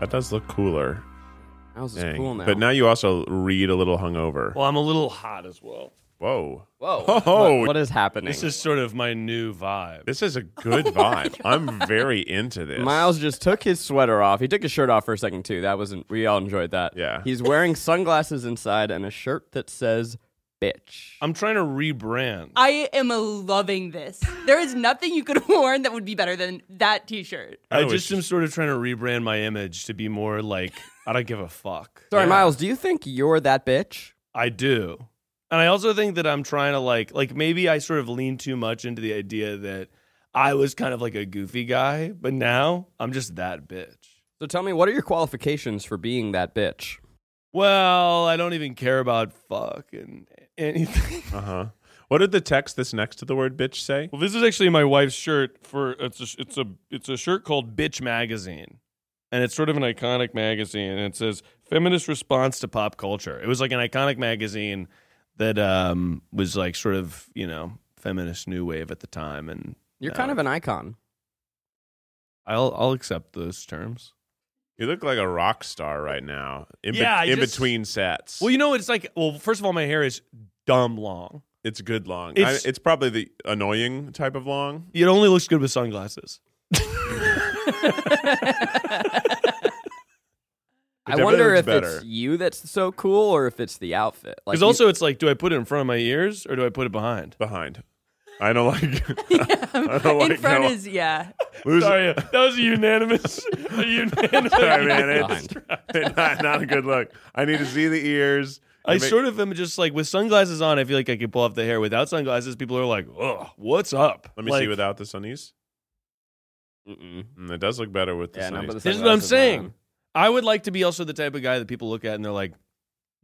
That does look cooler. How's Dang. is cool now? But now you also read a little hungover. Well, I'm a little hot as well. Whoa. whoa, Oh. what is happening? This is sort of my new vibe. This is a good vibe. I'm very into this. Miles just took his sweater off. He took his shirt off for a second too. That wasn't. We all enjoyed that. Yeah. He's wearing sunglasses inside and a shirt that says "bitch." Um, I'm trying to rebrand. I am loving this. There is nothing you could have worn that would be better than that t-shirt. I Oh, just it's- am sort of trying to rebrand my image to be more like I don't give a fuck. Sorry, Yeah. Miles. Do you think you're that bitch? I do. And I also think that I'm trying to like like maybe I sort of lean too much into the idea that I was kind of like a goofy guy, but now I'm just that bitch. So tell me, what are your qualifications for being that bitch? Well, I don't even care about fuck and anything. Uh huh. What did the text that's next to the word bitch say? Well, this is actually my wife's shirt for it's a, it's a it's a shirt called Bitch Magazine, and it's sort of an iconic magazine, and it says feminist response to pop culture. It was like an iconic magazine that um, was like sort of you know feminist new wave at the time, and uh, You're kind of an icon. I'll I'll accept those terms. You look like a rock star right now. In, Yeah, I in just- between sets. Well, you know it's like well, first of all, my hair is dumb long. it's good long. I- It's, It's- probably the annoying type of long. It only looks good with sunglasses. It I wonder definitely if looks it's better. you that's so cool or if it's the outfit. Like, Because you- also, it's like, do I put it in front of my ears or do I put it behind? Behind. I don't like. I don't like. In front no- is yeah. Lose- Sorry, that was a unanimous. A unanimous. Sorry, man. It's Behind. not, not a good look. I need to see the ears. I Make- sort of am just like with sunglasses on. I feel like I could pull off the hair. Without sunglasses, people are like, "Oh, what's up?" Let me see Like, without the sunnies. Mm-mm. Mm, it does look better with the Yeah, no, sunnies. but the This is what I'm sunglasses saying. on. I would like to be also the type of guy that people look at and they're like,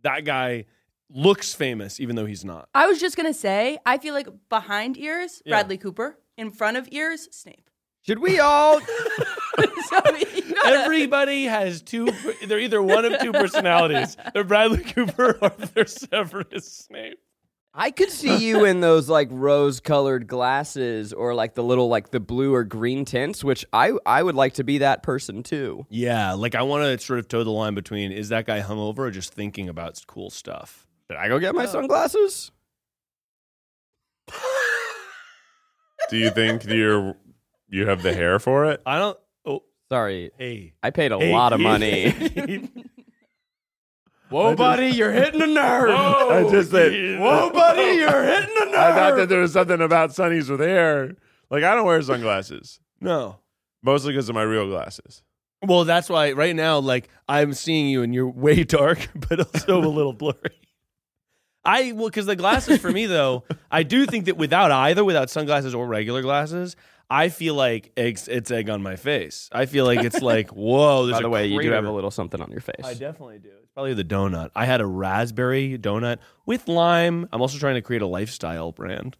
"That guy looks famous, even though he's not." I was just gonna say, I feel like behind ears, Yeah. Bradley Cooper. In front of ears, Snape. Should we all? so you gotta- Everybody has two. They're either one of two personalities. They're Bradley Cooper or they're Severus Snape. I could see you in those like rose-colored glasses or like the little like the blue or green tints, which I I would like to be that person too. Yeah, like I want to sort of toe the line between is that guy hungover or just thinking about cool stuff. Did I go get my sunglasses? Do you think you're you have the hair for it? I don't. Oh, Sorry, hey, I paid a lot of money. Whoa, buddy, you're hitting a nerve. I just said, "Whoa, buddy, you're hitting a Oh, nerve. I thought that there was something about sunnies with hair. Like I don't wear sunglasses no. mostly because of my real glasses. Well, that's why right now, like I'm seeing you, and you're way dark, but also a little blurry. I well, because the glasses for me though, I do think that without either, without sunglasses or regular glasses, I feel like eggs, it's egg on my face. I feel like it's like whoa. There's By the a way, you do crater. have a little something on your face. I definitely do. It's probably the donut. I had a raspberry donut with lime. I'm also trying to create a lifestyle brand.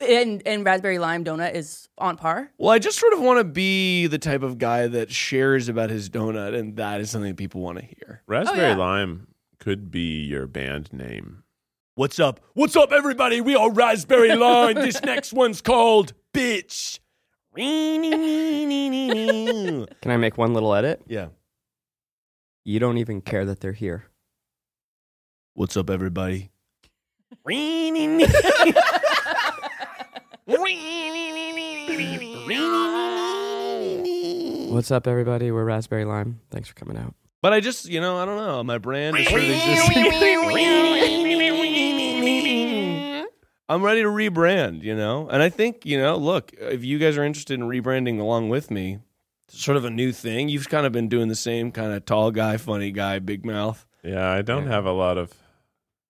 and and raspberry lime donut is on par. Well, I just sort of want to be the type of guy that shares about his donut, and that is something that people want to hear. Raspberry yeah. Lime could be your band name. What's up? What's up, everybody? We are Raspberry Line. this next one's called Bitch. Can I make one little edit? yeah. You don't even care that they're here. What's up, everybody? What's up, everybody? We're Raspberry Lime. Thanks for coming out. But I just, you know, I don't know. My brand is sort of existing. I'm ready to rebrand, you know? And I think, you know, look, if you guys are interested in rebranding along with me, it's sort of a new thing. You've kind of been doing the same kind of tall guy, funny guy, big mouth. Yeah, I don't have a lot of.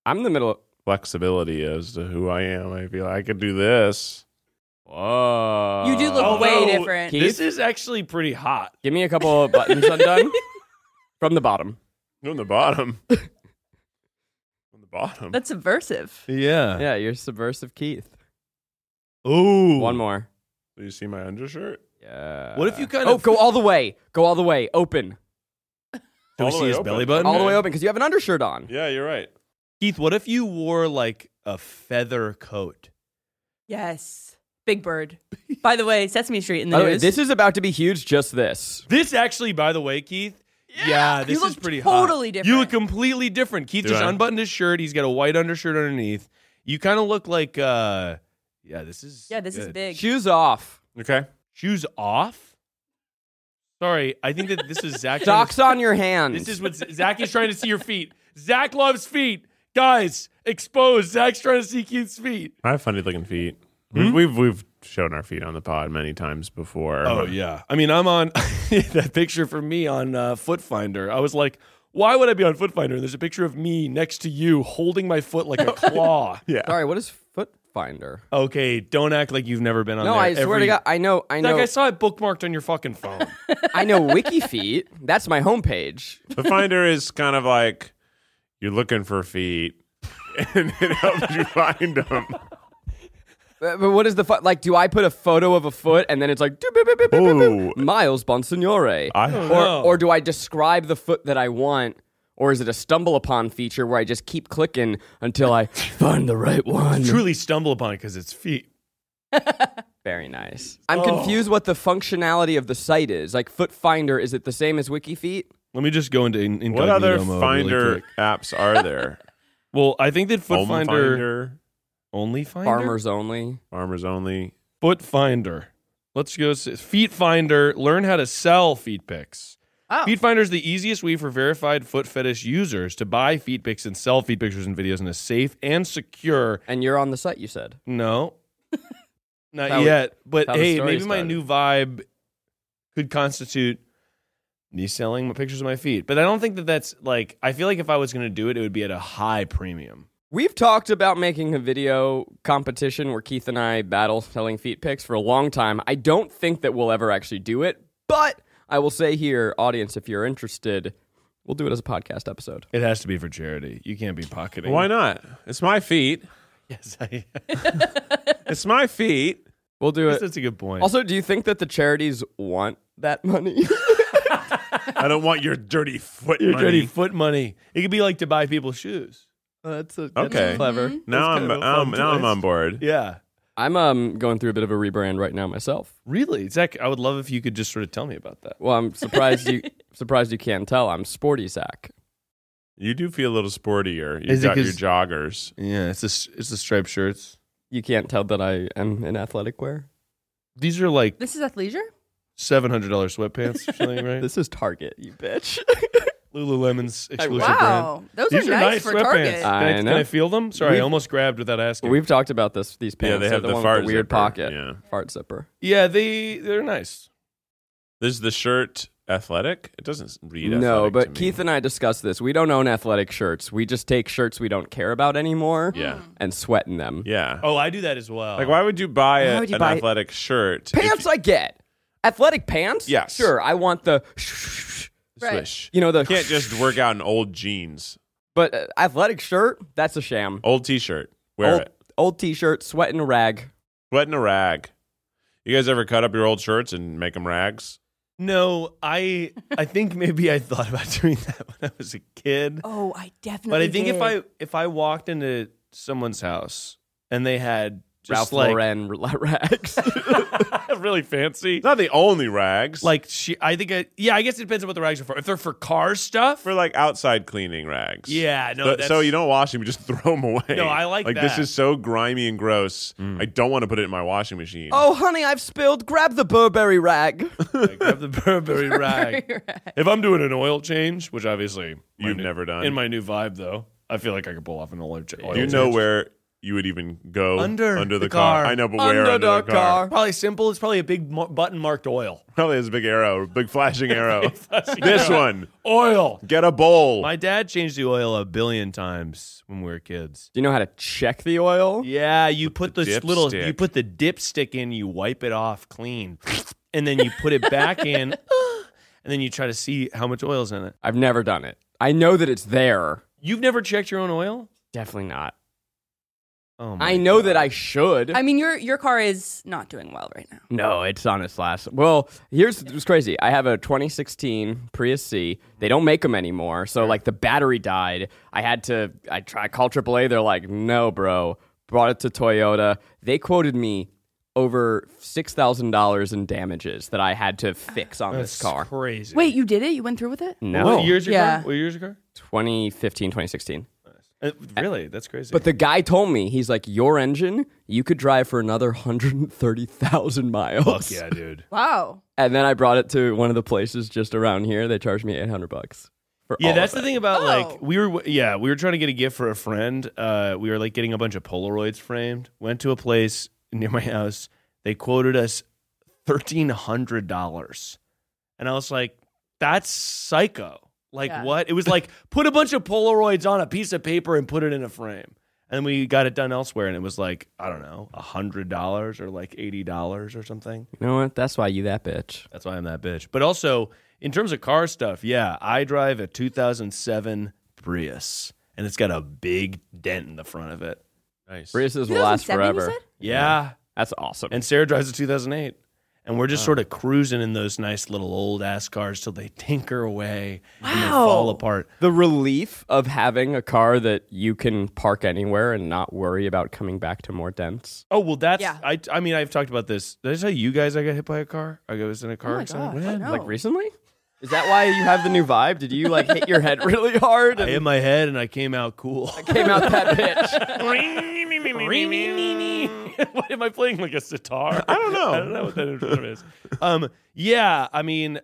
I'm in the middle. flexibility as to who I am. I feel I could do this. Whoa. You do look Although, way different. This is actually pretty hot. Oh. Give me a couple of buttons undone from the bottom. on the bottom. on the bottom. That's subversive. Yeah. Yeah, you're subversive, Keith. Ooh. One more. do you see my undershirt? Yeah. What if you kind Oh, of go all the way. Go all the way. Open. Do we All the see way his open. belly button? All the way open because you have an undershirt on. Yeah, you're right. Keith, what if you wore like a feather coat? Yes. Big Bird. By the way, Sesame Street in the By the way, news. Oh, this is about to be huge, just this. This actually, by the way, Keith. Yeah, this you is look pretty totally hot. different. You look completely different. Keith Do just I? unbuttoned his shirt. He's got a white undershirt underneath. You kind of look like, uh yeah, this is yeah, this is good. big. Shoes off. Okay. Shoes off. Sorry, I think that this is Zach. Socks on your hands. This is what Zach is trying to see your feet. Zach loves feet, guys. Exposed. Zach's trying to see Keith's feet. I have funny looking feet. We've, Hmm? we've we've shown our feet on the pod many times before. Oh yeah. I mean, I'm on that picture for me on uh, Foot Finder. I was like, why would I be on Foot Finder? And there's a picture of me next to you holding my foot like a claw. yeah. Sorry, what is foot finder? Okay, don't act like you've never been on. No, there. I swear Every- to God, I know, I Zach, know, I saw it bookmarked on your fucking phone. I know. WikiFeet. That's my homepage. The finder is kind of like you're looking for feet, and it helps you find them. But, but what is the fu- like? Do I put a photo of a foot and then it's like doop, boop, boop, boop, boop, boop, Ooh. Miles Bonsignore, Oh, I- or no. or do I describe the foot that I want, or is it a stumble upon feature where I just keep clicking until I find the right one? Truly stumble upon it because it's feet. Very nice. I'm confused what the functionality of the site is. Like Foot Finder, is it the same as WikiFeet? Let me just go into in- incognito What other mode really finder quick. apps are there? well, I think that Foot Home Finder, finder, only finder, Farmers only. farmers only. Foot Finder. Let's go. s- Feet Finder. Learn how to sell feet pics. Oh. Feet Finder is the easiest way for verified foot fetish users to buy feet pics and sell feet pictures and videos in a safe and secure. And you're on the site, you said. No, not That was- yet. but that was hey, story maybe my started. new vibe could constitute me selling my pictures of my feet. But I don't think that that's like. I feel like if I was going to do it, it would be at a high premium. We've talked about making a video competition where Keith and I battle selling feet pics for a long time. I don't think that we'll ever actually do it, but I will say here, audience, if you're interested, we'll do it as a podcast episode. It has to be for charity. You can't be pocketing. Why not? It's my feet. Yes, I, It's my feet. We'll do it. that's a good point. Also, do you think that the charities want that money? I don't want your dirty foot Your money. dirty foot money. It could be like to buy people shoes. that's a, Okay. clever. Now That's I'm, kind of a I'm fun now I'm twist. on board. Yeah. I'm um, going through a bit of a rebrand right now myself. Really? Zach, I would love if you could just sort of tell me about that. Well, I'm surprised you surprised you can't tell. I'm sporty Zach. You do feel a little sportier. You Is it got your 'cause- joggers. Yeah, it's this it's the striped shirts. You can't tell that I am in athletic wear. These are like This is athleisure? seven hundred dollar sweatpants, or something, right? This is Target, you bitch. Lululemon's exclusive brand. Wow. Those These are, nice, for sweatpants. Target. Can I, I can know. I feel them? Sorry, I We've- almost grabbed without asking. We've talked about this. These pants. Yeah, they They're have the, the one fart with the weird zipper. pocket. Yeah. Fart zipper. yeah, they they're nice. Is the shirt athletic? It doesn't read. no, athletic to but me. Keith and I discussed this. We don't own athletic shirts. We just take shirts we don't care about anymore Yeah. and sweat in them. Yeah. Oh, I do that as well. Like, why would you buy Why a, would you an buy- athletic shirt? if Pants I get. Athletic pants? Yes. Sure. I want the you, Right. swish? you know the You can't just work out in old jeans, but uh, athletic shirt, that's a sham. Oh, old t-shirt. Wear old, it. old t-shirt, sweat in a rag. Sweat in a rag. You guys ever cut up your old shirts and make them rags? No, I I think maybe I thought about doing that when I was a kid. Oh, I definitely But I think if did. I if I walked into someone's house and they had Ralph just like Lauren r- rags. really fancy, It's not the only rags. like she, I think I yeah, I guess it depends on what the rags are for. If they're for car stuff, for like outside cleaning rags. yeah, no, Th- that's, so you don't wash them; you just throw them away. No, I like like that. Mm. this is so grimy and gross. I don't want to put it in my washing machine. oh, honey, I've spilled. Grab the Burberry rag. like, grab the Burberry rag. If I'm doing an oil change, which obviously my You've new- never done. in my new vibe though, I feel like I could pull off an oil, cha- oil you change. know where you would even go Under the, the car. car. I know, but where under the car? Probably simple. It's probably a big mar- button marked oil. Probably has a big arrow, big flashing arrow. this one, Oil. get a bowl. My dad changed the oil a billion times when we were kids. Do you know how to check the oil? Yeah, you put the the, little dipstick. you put the dipstick in, you wipe it off clean, and then you put it back in, and then you try to see how much oil's in it. I've never done it. I know that it's there. You've never checked your own oil? Definitely not. Oh my I know that I should. I mean, your your car is not doing well right now. no, it's on its last. Well, here's what's crazy. I have a 2016 Prius C. They don't make them anymore. So, like, the battery died. I had to, I try call AAA. They're like, no, bro. Brought it to Toyota. They quoted me over $6,000 in damages that I had to fix on That's this car. crazy. Wait, you did it? You went through with it? No. what year's your Yeah. car? What year's your car? 2015, 2016. Uh, really? That's crazy. But the guy told me, he's like, your engine, you could drive for another 130,000 miles. yeah, dude. Wow. And then I brought it to one of the places just around here. They charged me 800 bucks. for Yeah, all that's of it. the thing about Oh. like we were yeah, we were trying to get a gift for a friend. Uh we were like getting a bunch of Polaroids framed. Went to a place near my house. They quoted us $1300. And I was like, that's psycho. Like Yeah. what? It was like put a bunch of Polaroids on a piece of paper and put it in a frame. And then we got it done elsewhere and it was like, I don't know, $100 or like $80 or something. You know what? That's why you that bitch. That's why I'm that bitch. But also, in terms of car stuff, yeah, I drive a 2007 Prius, and it's got a big dent in the front of it. Nice. Priuses will last 2007, you forever. said? Yeah. That's awesome. And Sarah drives a 2008. And we're just sort of cruising in those nice little old ass cars till they tinker away and they fall apart. the relief of having a car that you can park anywhere and not worry about coming back to more dents. Oh well, that's Yeah. I. I mean, I've talked about this. Did I tell you guys I got hit by a car? I was in a car accident. God, Oh no. Like recently? Is that why you have the new vibe? Did you like hit your head really hard I and hit my head and I came out cool. came out that bitch? Why am I playing like a sitar? I don't know. I don't know what that instrument is. Um, yeah, I mean,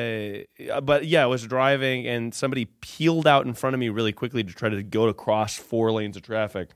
uh, but yeah, I was driving and somebody peeled out in front of me really quickly to try to go to cross four lanes of traffic,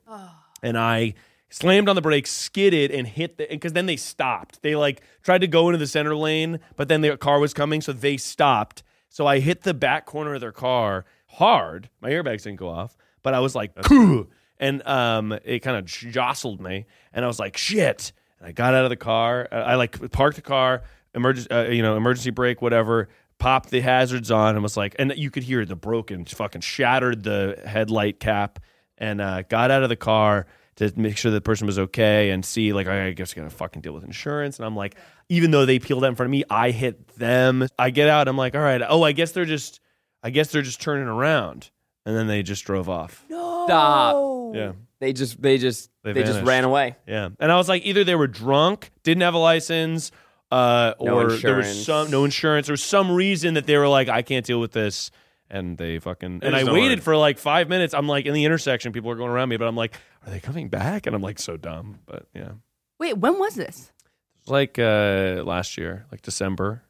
and I slammed on the brakes, skidded, and hit the. Because then they stopped. They like tried to go into the center lane, but then their car was coming, so they stopped. So I hit the back corner of their car hard. My airbags didn't go off, but I was like, "Kuh!" and um, it kind of jostled me, and I was like, "Shit!" And I got out of the car. uh, I, I like parked the car, emergency, uh, you know, emergency brake, whatever. Popped the hazards on, and was like, and you could hear the broken, fucking shattered the headlight cap, and uh, got out of the car to make sure the person was okay and see like I guess I gotta fucking deal with insurance. And I'm like, even though they peeled out in front of me, I hit them. I get out. I'm like, all right. Oh, I guess they're just, I guess they're just turning around. And then they just drove off. Oh. Stop. Yeah. They just they just They they, just vanished. ran away. Yeah. And I was like, either they were drunk, didn't have a license, uh, No or there was insurance. some no insurance or some reason that they were like, I can't deal with this. And they fucking and just I don't waited worry. for like five minutes. I'm like in the intersection, people are going around me, but I'm like, are they coming back? And I'm like so dumb. But yeah. Wait, when was this? It was like uh last year, like December.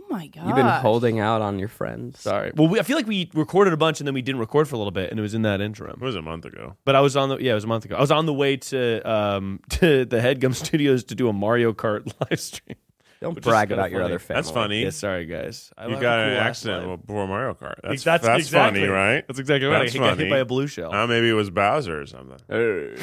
Oh my god. You've been holding out on your friends. Sorry. Well, we, I feel like we recorded a bunch and then we didn't record for a little bit, and it was in that interim. It was a month ago. But I was on the yeah, it was a month ago. I was on the way to um to the Headgum Studios to do a Mario Kart live stream. Don't is brag kinda about your funny. other family. That's funny. Yeah, sorry guys. I You have got a in an cool ass accident life. before Mario Kart. That's, That's- that's exactly. funny, right? That's exactly right. That's I got funny. hit by a blue shell. Uh, maybe it was Bowser or something.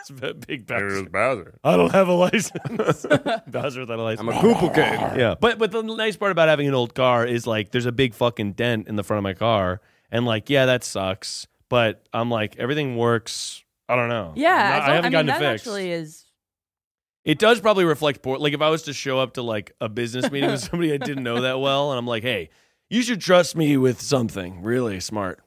It's a big Maybe it Bowser. was Bowser. I don't have a license. Bowser without a I'm license. a Koopa King. Yeah. But but the nice part about having an old car is like there's a big fucking dent in the front of my car and like yeah that sucks but I'm like everything works I don't know Yeah, I'm as not- long- I haven't mean, gotten that it fixed actually is. it does probably reflect poor like if I was to show up to like a business meeting with somebody I didn't know that well and I'm like hey you should trust me with something really smart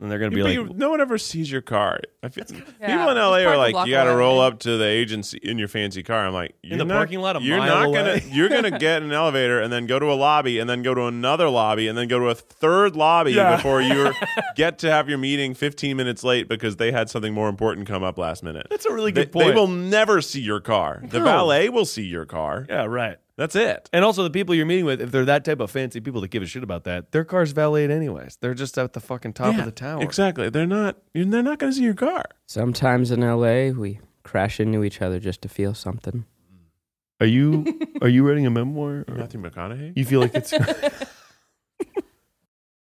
and they're gonna be But like you- no one ever sees your car. I feel, Yeah. People in LA Just park are a like, block you got to away. roll up to the agency in your fancy car. I'm like, you're the not- parking lot a You're mile not gonna. away. You're gonna get an elevator and then go to a lobby and then go to another lobby and then go to a third lobby before you get to have your meeting 15 minutes late because they had something more important come up last minute. that's a really They, good they point will never see your car. The valet will see your car. yeah right That's it. And also, the people you're meeting with, if they're that type of fancy people that give a shit about that, their car's valet anyways. They're just at the fucking top Yeah, of the tower. Exactly. They're not. They're not going to see your car. Sometimes in LA, we crash into each other just to feel something. Are you are you writing a memoir? Or Matthew McConaughey. you feel like it's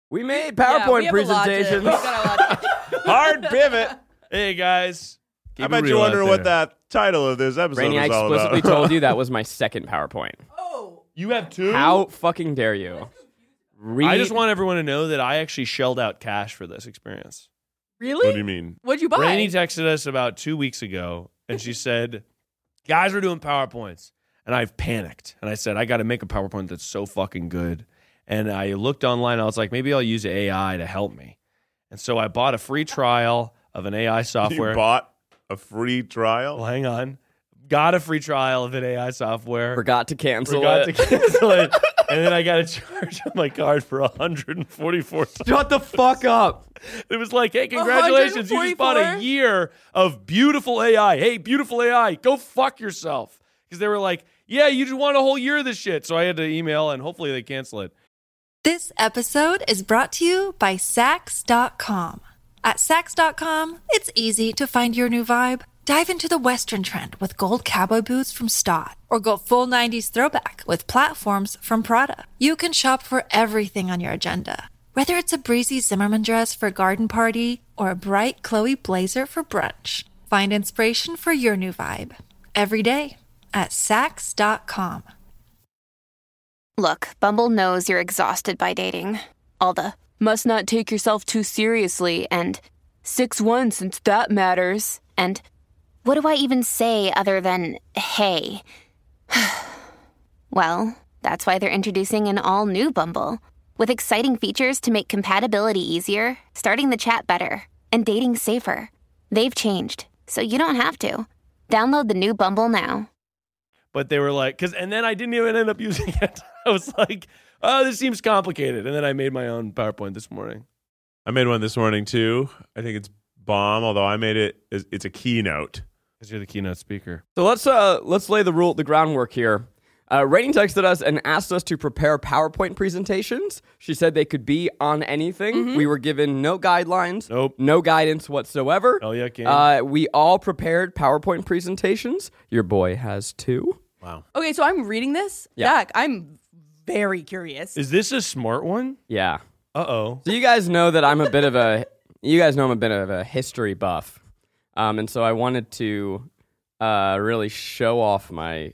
We made Yeah, PowerPoint we have a lot to- presentations. we've got a lot to- Hard pivot. Hey guys. I bet you wonder what that title of this episode Rainey, is I all explicitly about. told you that was my second PowerPoint. oh, You have two? How fucking dare you? Read I just want everyone to know that I actually shelled out cash for this experience. what do really? you mean? What'd you buy? Rainey texted us about two weeks ago and she said, Guys, we're doing PowerPoints. And I've panicked. And I said, I got to make a PowerPoint that's so fucking good. And I looked online. I was like, maybe I'll use AI to help me. And so I bought a free trial of an AI software. You bought a free well, trial. hang on. Got a free trial of an AI software. Forgot to cancel Forgot it. to cancel it. And then I got a charge on my card for 144 Shut the fuck up. It was like, hey, congratulations. You just bought a 144? year of beautiful AI. Hey, beautiful AI, go fuck yourself. Because they were like, yeah, you just want a whole year of this shit. So I had to email and hopefully they cancel it. This episode is brought to you by Sax.com. At Sax.com, it's easy to find your new vibe. Dive into the Western trend with gold cowboy boots from Stott, or go full 90s throwback with platforms from Prada. You can shop for everything on your agenda, whether it's a breezy Zimmerman dress for a garden party or a bright Chloe blazer for brunch. Find inspiration for your new vibe every day at Sax.com. Look, Bumble knows you're exhausted by dating. All the must not take yourself too seriously and 6 1 since that matters. And what do I even say other than hey? well, that's why they're introducing an all new Bumble with exciting features to make compatibility easier, starting the chat better, and dating safer. They've changed, so you don't have to. Download the new Bumble now. But they were like, because, and then I didn't even end up using it. I was like, oh, this seems complicated. And then I made my own PowerPoint this morning. I made one this morning too. I think it's bomb. Although I made it. it's- It's a keynote. Because you're the keynote speaker. So let's uh let's lay the rule the groundwork here. Uh, Rating texted us and asked us to prepare PowerPoint presentations. She said they could be on anything. We were given no guidelines, Mm-hmm. Nope. no guidance whatsoever. Hell yeah, King. Uh, we all prepared PowerPoint presentations. Your boy has two. Okay, so I'm reading this. Yeah. Zach, I'm very curious. Is this a smart one? Yeah. Uh oh. So you guys know that I'm a bit of a you guys know I'm a bit of a history buff, um, and so I wanted to uh, really show off my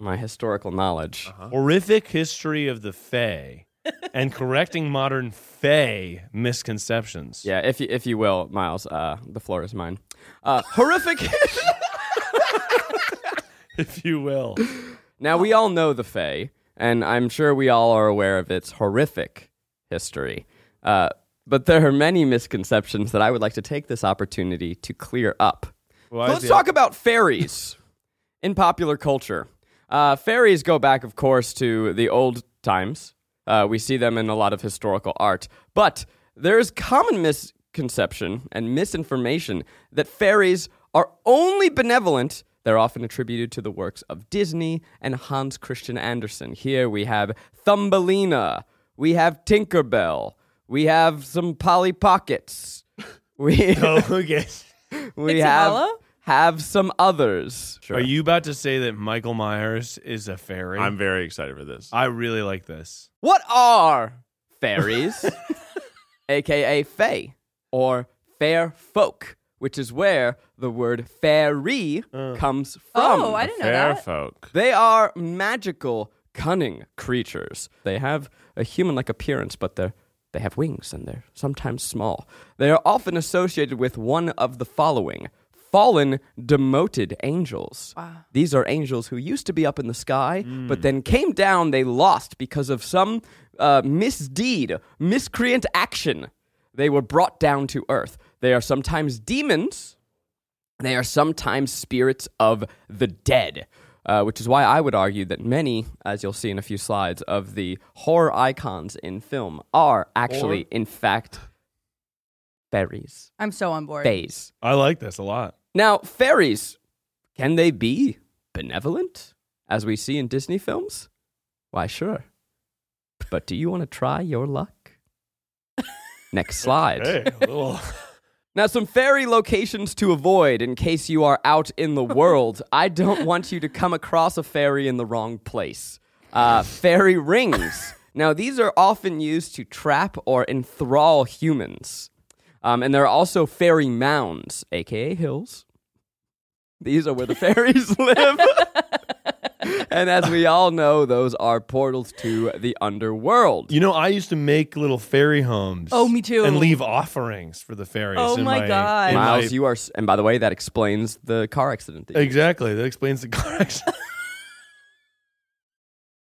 my historical knowledge. Uh-huh. Horrific history of the Fae and correcting modern Fae misconceptions. Yeah, if you if you will, Miles, uh, the floor is mine. Uh, horrific. If you will. now we all know the Fae, and I'm sure we all are aware of its horrific history. Uh, but there are many misconceptions that I would like to take this opportunity to clear up. Why So is let's the- talk about fairies in popular culture. Uh, fairies go back, of course, to the old times. Uh, we see them in a lot of historical art. But there is common misconception and misinformation that fairies are only benevolent. They're often attributed to the works of Disney and Hans Christian Andersen. Here we have Thumbelina. We have Tinkerbell. We have some Polly Pockets. We Oh, okay. we It's have Apollo? have some others. Are you about to say that Michael Myers is a fairy? I'm very excited for this. I really like this. What are fairies, aka fae, or fair folk, which is where the word fairy comes from? Uh. oh, I didn't know Fair that. folk. They are magical, cunning creatures. They have a human-like appearance, but they're they have wings and they're sometimes small. They are often associated with one of the following fallen, demoted angels. Wow. These are angels who used to be up in the sky, but then came down, they lost because of some uh, misdeed, miscreant action. They were brought down to earth. They are sometimes demons, they are sometimes spirits of the dead, uh, which is why I would argue that many, as you'll see in a few slides, of the horror icons in film are actually, in fact, fairies. I'm so on board. Fays. I like this a lot. Now, fairies, can they be benevolent? as we see in Disney films? Why, sure. But do you want to try your luck? Next slide. Hey, well, Now, some fairy locations to avoid in case you are out in the world. I don't want you to come across a fairy in the wrong place. Uh, fairy rings. Now, these are often used to trap or enthrall humans. Um, and there are also fairy mounds, aka hills. These are where the fairies live. and as we all know, those are portals to the underworld. you know, I used to make little fairy homes. Oh, me too. And leave offerings for the fairies. Oh in my God. in Miles, my- you are. s- And by the way, that explains the car accident. That you exactly. That explains the car accident.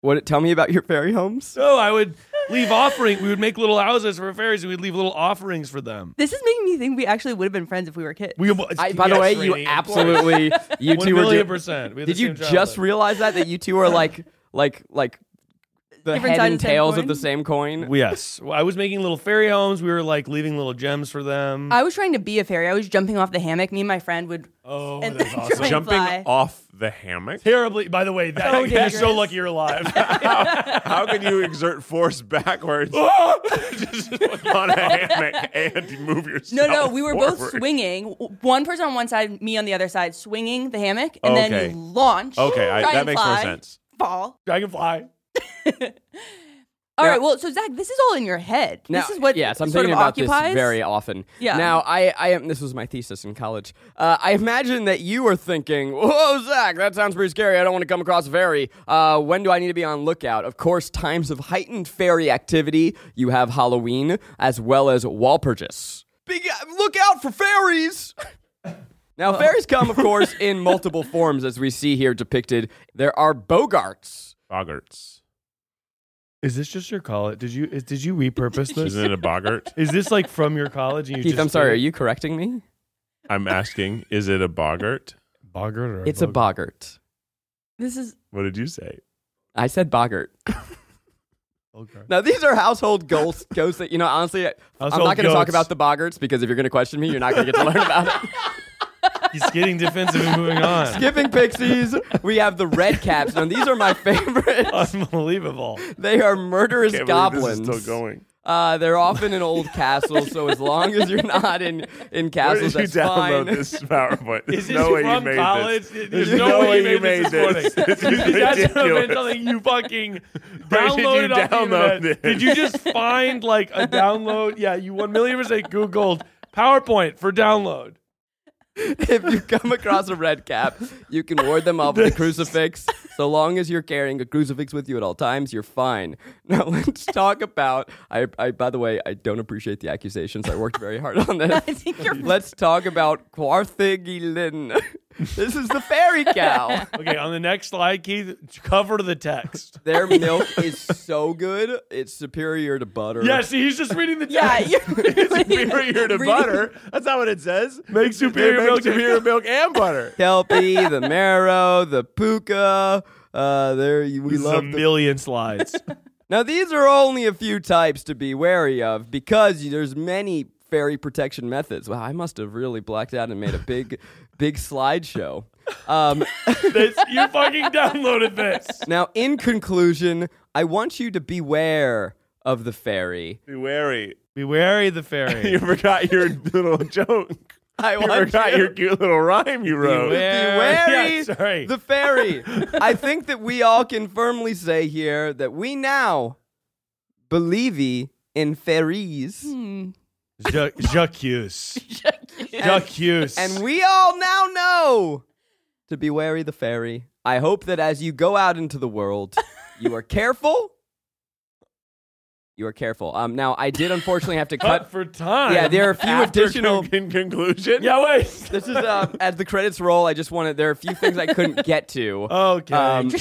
What? Tell me about your fairy homes. so I would leave offering. We would make little houses for fairies, and we'd leave little offerings for them. This is making me think we actually would have been friends if we were kids. We, I, by the Yes, way, you Rainey, of course. absolutely you One two were million doing- percent. We had the Did you same just childhood. realize that that you two are like like like the Different head and sides of the same tails of coin? the same coin? Yes, Well, I was making little fairy homes. We were like leaving little gems for them. I was trying to be a fairy. I was jumping off the hammock. Me and my friend would. oh, and that's then awesome! try- Jumping fly. off the hammock? Terribly, by the way, that, So you're so dangerous. lucky you're alive. How can you exert force backwards just on a hammock and move yourself? No, no, we were both forward? swinging. W- One person on one side, me on the other side, swinging the hammock, and Okay. then you launch. Okay, I, try that and makes more fly, sense. Fall. Dragonfly. All Now- right. Well, so Zach, this is all in your head. Now- this is what yes, I'm sort thinking of about this occupies. very often. Yeah. Now, I, I am. This was my thesis in college. Uh, I imagine that you were thinking, "Whoa, Zach, that sounds pretty scary. I don't want to come across very. Uh, when do I need to be on lookout?" Of course, times of heightened fairy activity. You have Halloween as well as Walpurgis. Big look out for fairies. Now, fairies come, of course, in multiple forms, as we see here depicted. There are Bogarts. Boggarts. Is this just your college? Did you is, did you repurpose this? Isn't it a boggart? is this like from your college? And you Keith, just I'm sorry, did are it? you correcting me? I'm asking, is it a boggart? Boggart or It's a Boggart. This is What did you say? I said Boggart. Bogart? Now these are household ghosts. ghosts that you know. Honestly, I'm Household not going to talk goats. about the boggarts because if you're going to question me, you're not going to get to learn about it. He's getting defensive and moving on. Skipping pixies, we have the red caps. Now these are my favorite. Unbelievable. They are murderous Can't believe goblins. This is still going. Uh, they're often in old castles, so as long as you're not in in Where castles, did you that's fine. download this PowerPoint? There's Is this no way you from made college? this. There's no way you made this this morning. This is That's been ridiculous. something you fucking Where did you downloaded off the download internet. this? Did you just find like a download? Yeah, you one million percent Googled PowerPoint for download. if you come across a red cap, you can ward them off with a crucifix. So long as you're carrying a crucifix with you at all times, you're fine. Now let's talk about. I, I by the way, I don't appreciate the accusations. I worked very hard on this. I think you're- Let's talk about Quarthigilin. This is the fairy cow. Okay, on the next slide, Keith, cover the text. Their milk is so good; it's superior to butter. Yeah, see, he's just reading the text. yeah. You're Superior to butter. That's not what it says. Make superior They make milk- superior milk and butter. kelpie, the marrow, the puka. Uh, there you, we This is a love the million slides. Now, these are only a few types to be wary of because there's many fairy protection methods. Wow, I must have really blacked out and made a big, big slideshow. Um, this, you fucking downloaded this. now, in conclusion, I want you to beware of the fairy. Be wary. Be wary of the You fairy. forgot your little joke. I You want forgot you your cute little rhyme you wrote. Beware. Beware Yeah, sorry. the fairy. I think that we all can firmly say here that we now believe in fairies. Jacques. Jacques. Jacques. And we all now know to be wary the fairy. I hope that as you go out into the world, you are careful. You are careful. Um, now I did unfortunately have to cut cut. for time. Yeah, there are a few After additional. con- conclusion. Yeah, wait. This is uh, as the credits roll. I just wanted there are a few things I couldn't get to. Oh, Okay. Um,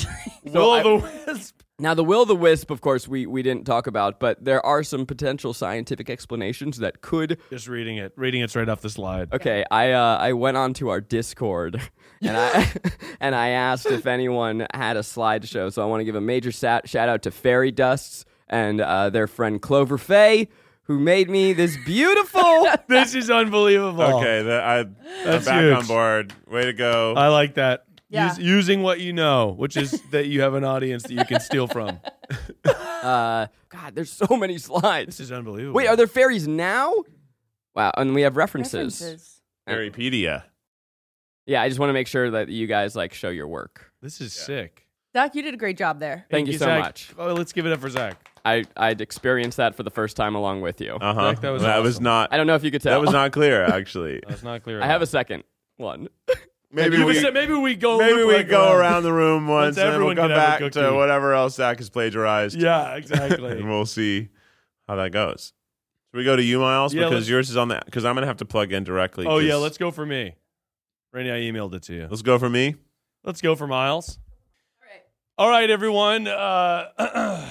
Will I- of the Wisp. Now, the will o' the wisp, of course, we, we didn't talk about, but there are some potential scientific explanations that could Just reading it. Reading it straight off the slide. Okay, I uh, I went onto our Discord and I and I asked if anyone had a slideshow. So I want to give a major sa- shout out to Fairy Dusts and uh, their friend Clover Faye, who made me this beautiful. This is unbelievable. Okay, that, I, I'm That's back huge. Uh, on board. Way to go. I like that. Yeah. Use- using what you know, which is that you have an audience that you can steal from. Uh, God, there's so many slides. This is unbelievable. Wait, are there fairies now? Wow, and we have references. References. Fairypedia. Yeah, I just want to make sure that you guys like show your work. This is sick. Doc, you did a great job there. Thank you so Zach. much. Oh, let's give it up for Zach. I I'd experienced that for the first time along with you. Uh huh. Zach, that was awesome. not. I don't know if you could tell. That was not clear. Actually, That's not clear. I have a second one. maybe we maybe we go. maybe we go around the room once, and then we'll uh, everyone come can have a back to cookie. whatever else Zach has plagiarized. Yeah, and exactly. we'll see how that goes. Should we go to you, Miles? Yeah, because let's- yours is on that. Because I'm gonna have to plug in directly. oh yeah, 'cause- let's go for me. Randy, I emailed it to you. let's go for me. Let's go for Miles. All right, everyone. Uh,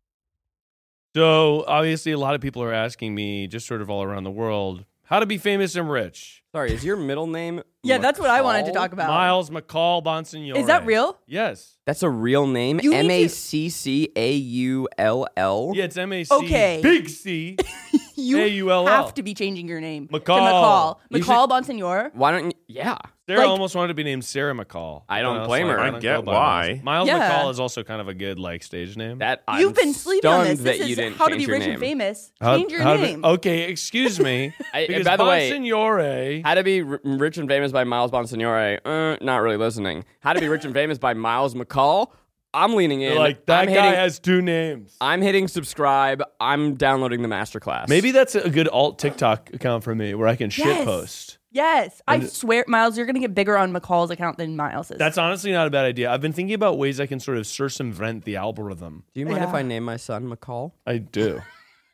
so obviously, a lot of people are asking me, just sort of all around the world, how to be famous and rich. Sorry, is your middle name? Yeah, that's what I wanted to McCall? talk about. Miles McCall Bonsignore. Is that real? Yes. That's a real name. You need to- M a c c a u l l. Yeah, it's M A C. Okay. Big C. You A-U-L-L. have to be changing your name to McCall. McCall. You McCall Bonsignor. Why don't? You... Yeah. Sarah Like- almost wanted to be named Sarah McCall. I don't And was blame her. I don't get go by why. Miles. Miles Yeah. McCall is also kind of a good like stage name. That I'm You've been sleeping on this. stunned This that you is didn't how to be change your rich and name. famous. How- Change your how to be- name. Oh, okay, excuse me. I- because by the way- Bonsignore- How to be R- rich and famous by Miles Bonsignore? Uh, not really listening. How to be rich and famous by Miles McCall? I'm leaning in. They're like that I'm guy hitting, has two names. I'm hitting subscribe. I'm downloading the masterclass. Maybe that's a good alt TikTok account for me where I can shit Yes. post. Yes, I swear, Miles, you're gonna get bigger on McCall's account than Miles's. That's honestly not a bad idea. I've been thinking about ways I can sort of circumvent the algorithm. Do you mind if Yeah. I name my son McCall? I do.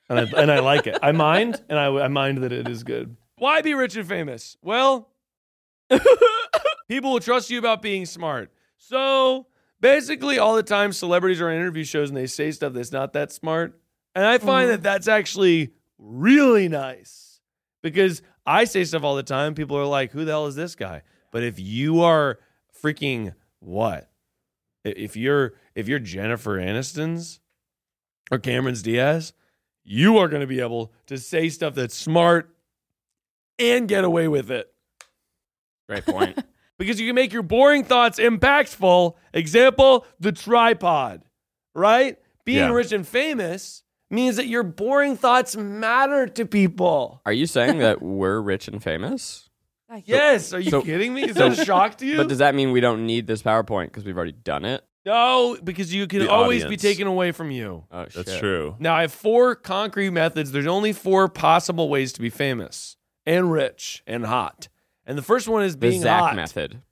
and, I, and I like it. I mind, and I, I mind that it is good. Why be rich and famous? Well, people will trust you about being smart. So basically, all the time, celebrities are on interview shows and they say stuff that's not that smart. And I find that that's actually really nice because I say stuff all the time. People are like, who the hell is this guy? But if you are freaking what? I- If you're if you're Jennifer Aniston's or Cameron's Diaz, you are going to be able to say stuff that's smart and get away with it Great point. because you can make your boring thoughts impactful. Example, the tripod, right? Being Yeah. rich and famous means that your boring thoughts matter to people. Are you saying that we're rich and famous? Yes, are you so- kidding me? Is so- that a shock to you? But does that mean we don't need this PowerPoint because we've already done it? no, because you can The always audience. be taken away from you. Oh, That's shit. true. Now, I have four concrete methods. There's only four possible ways to be famous and rich and hot. And the first one is The being Zach hot. method.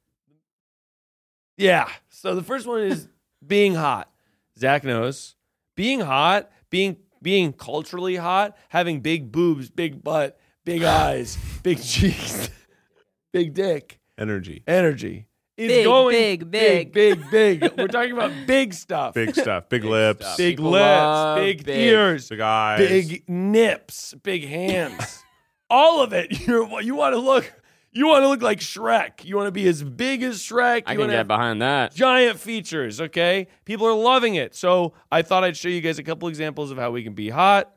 Yeah. So the first one is being hot. Zach knows. Being hot, being being culturally hot, having big boobs, big butt, big eyes, big cheeks, big dick, Energy. energy. It's Big, going big, big, big, big. We're talking about big stuff. Big stuff. Big, lips. stuff. big People lips, love big, big. ears, Big eyes. big nips, big hands. All of it. You're, you want to look you want to look like Shrek. You want to be as big as Shrek. I you can wanna have get behind that. giant features, okay? People are loving it. So I thought I'd show you guys a couple examples of how we can be hot.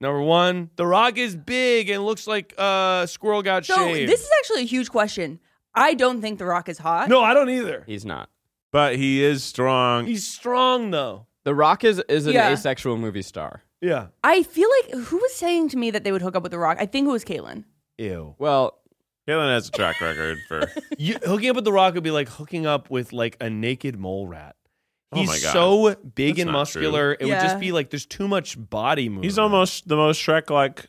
Number one, The Rock is big and looks like uh, squirrel got so. shaved. This is actually a huge question. I don't think The Rock is hot. no, I don't either. He's not. But he is strong. He's strong though. The Rock is, is an Yeah. asexual movie star. Yeah. I feel like who was saying to me that they would hook up with The Rock? I think it was Caitlin. Ew. Well, Kaylin has a track record for. You, hooking up with The Rock would be like hooking up with like a naked mole rat. Oh He's my God. so big That's and not true. muscular. It would just Yeah. be like there's too much body movement. He's almost the most Shrek like.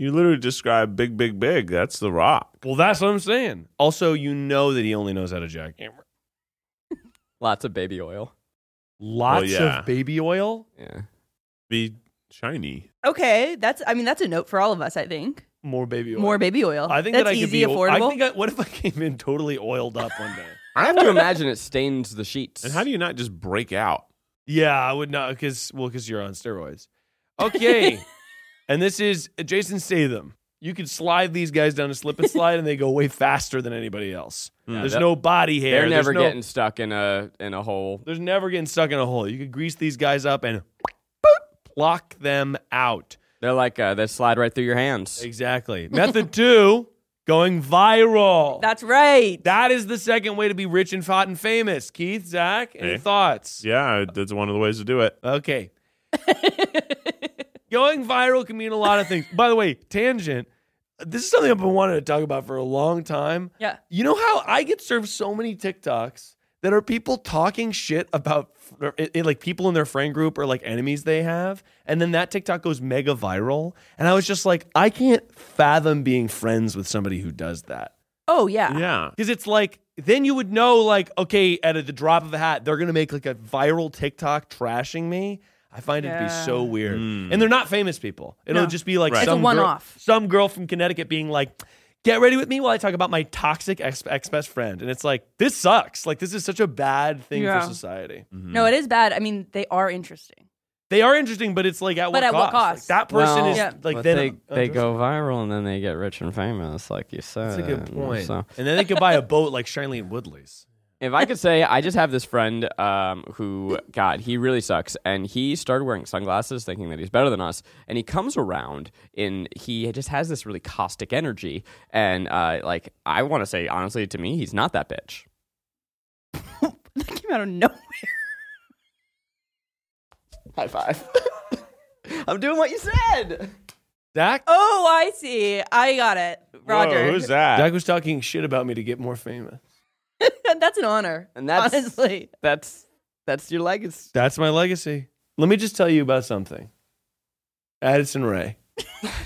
You literally describe big, big, big. That's the rock. Well, that's what I'm saying. Also, you know that he only knows how to jackhammer. lots of baby oil. Lots yeah. of baby oil. Yeah. Be shiny. Okay, that's. I mean, that's a note for all of us. I think More baby oil. more baby oil. I think that's that I could easy, be. affordable. I think I, what if I came in totally oiled up one day? I have to imagine it stains the sheets. And how do you not just break out? yeah, I would not because well because you're on steroids. Okay, and this is uh, Jason Statham. You could slide these guys down a slip and slide, and they go way faster than anybody else. Yeah, there's that- no body hair. They're There's never no- getting stuck in a in a hole. There's never getting stuck in a hole. You could grease these guys up and block them out. They're like uh, they slide right through your hands. Exactly. Method two: going viral. That's right. that is the second way to be rich and hot and famous. Keith, Zach, any Hey. thoughts? Yeah, that's one of the ways to do it. Okay. Going viral can mean a lot of things. By the way, tangent. This is something I've been wanting to talk about for a long time. Yeah. You know how I get served so many TikToks that are people talking shit about er, it, it- like people in their friend group or like enemies they have, and then that TikTok goes mega viral. And I was just like, I can't fathom being friends with somebody who does that Oh Ah. yeah. Yeah. because it's like then you would know like okay at a, the drop of a hat they're gonna make like a viral tiktok trashing me i find it to be Yeah. so weird Hmm. and they're not famous people it'll No. just be like Right. It's a some girl- one-off. some girl from connecticut being like get ready with me while i talk about my toxic ex- ex-best friend and it's like this sucks like this is such a bad thing Yeah. for society Mm-hmm. No, it is bad. I mean, they are interesting. they are interesting but it's like at But what at what cost, Like, cost? that person Well, is Yeah. like But then they, they go viral and then they get rich and famous, like you said. that's a good point So and then they could buy a boat like charlene woodley's if I could say, I just have this friend um, who, God, he really sucks, and he started wearing sunglasses, thinking that he's better than us. And he comes around, and he just has this really caustic energy. And uh, like, I want to say honestly, to me, he's not that bitch. That came out of nowhere. High five. I'm doing what you said. zach Oh, I see. I got it, Roger. Whoa, who's that? zach was talking shit about me to get more famous that's an honor. And that's- honestly. That's that's your legacy. That's my legacy. Let me just tell you about something. Addison Ray.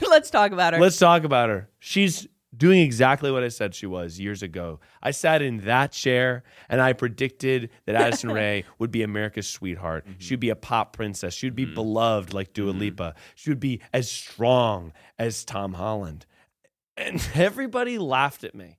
Let's talk about her. Let's talk about her. She's doing exactly what I said she was years ago. I sat in that chair and I predicted that Addison Ray would be America's sweetheart. She'd be a pop princess. She'd be beloved like Dua Lipa. She would be as strong as Tom Holland. And everybody laughed at me.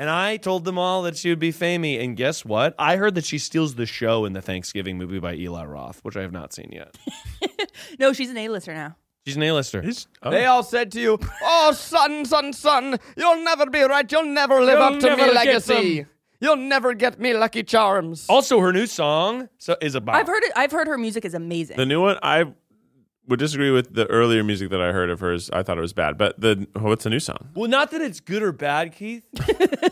And I told them all that she would be famey. And guess what? I heard that she steals the show in the Thanksgiving movie by Eli Roth, which I have not seen yet. no, she's an A-lister now. She's an A-lister. Is- oh. They all said to you, "Oh, son, son, son, you'll never be right. You'll never live You'll up to never me get legacy. them." You'll never get me Lucky Charms." Also, her new song so, is about. I've heard it. I've heard her music is amazing. The new one, I would disagree with the earlier music that I heard of hers. I thought it was bad, but the what's the new song? Well, not that it's good or bad, Keith.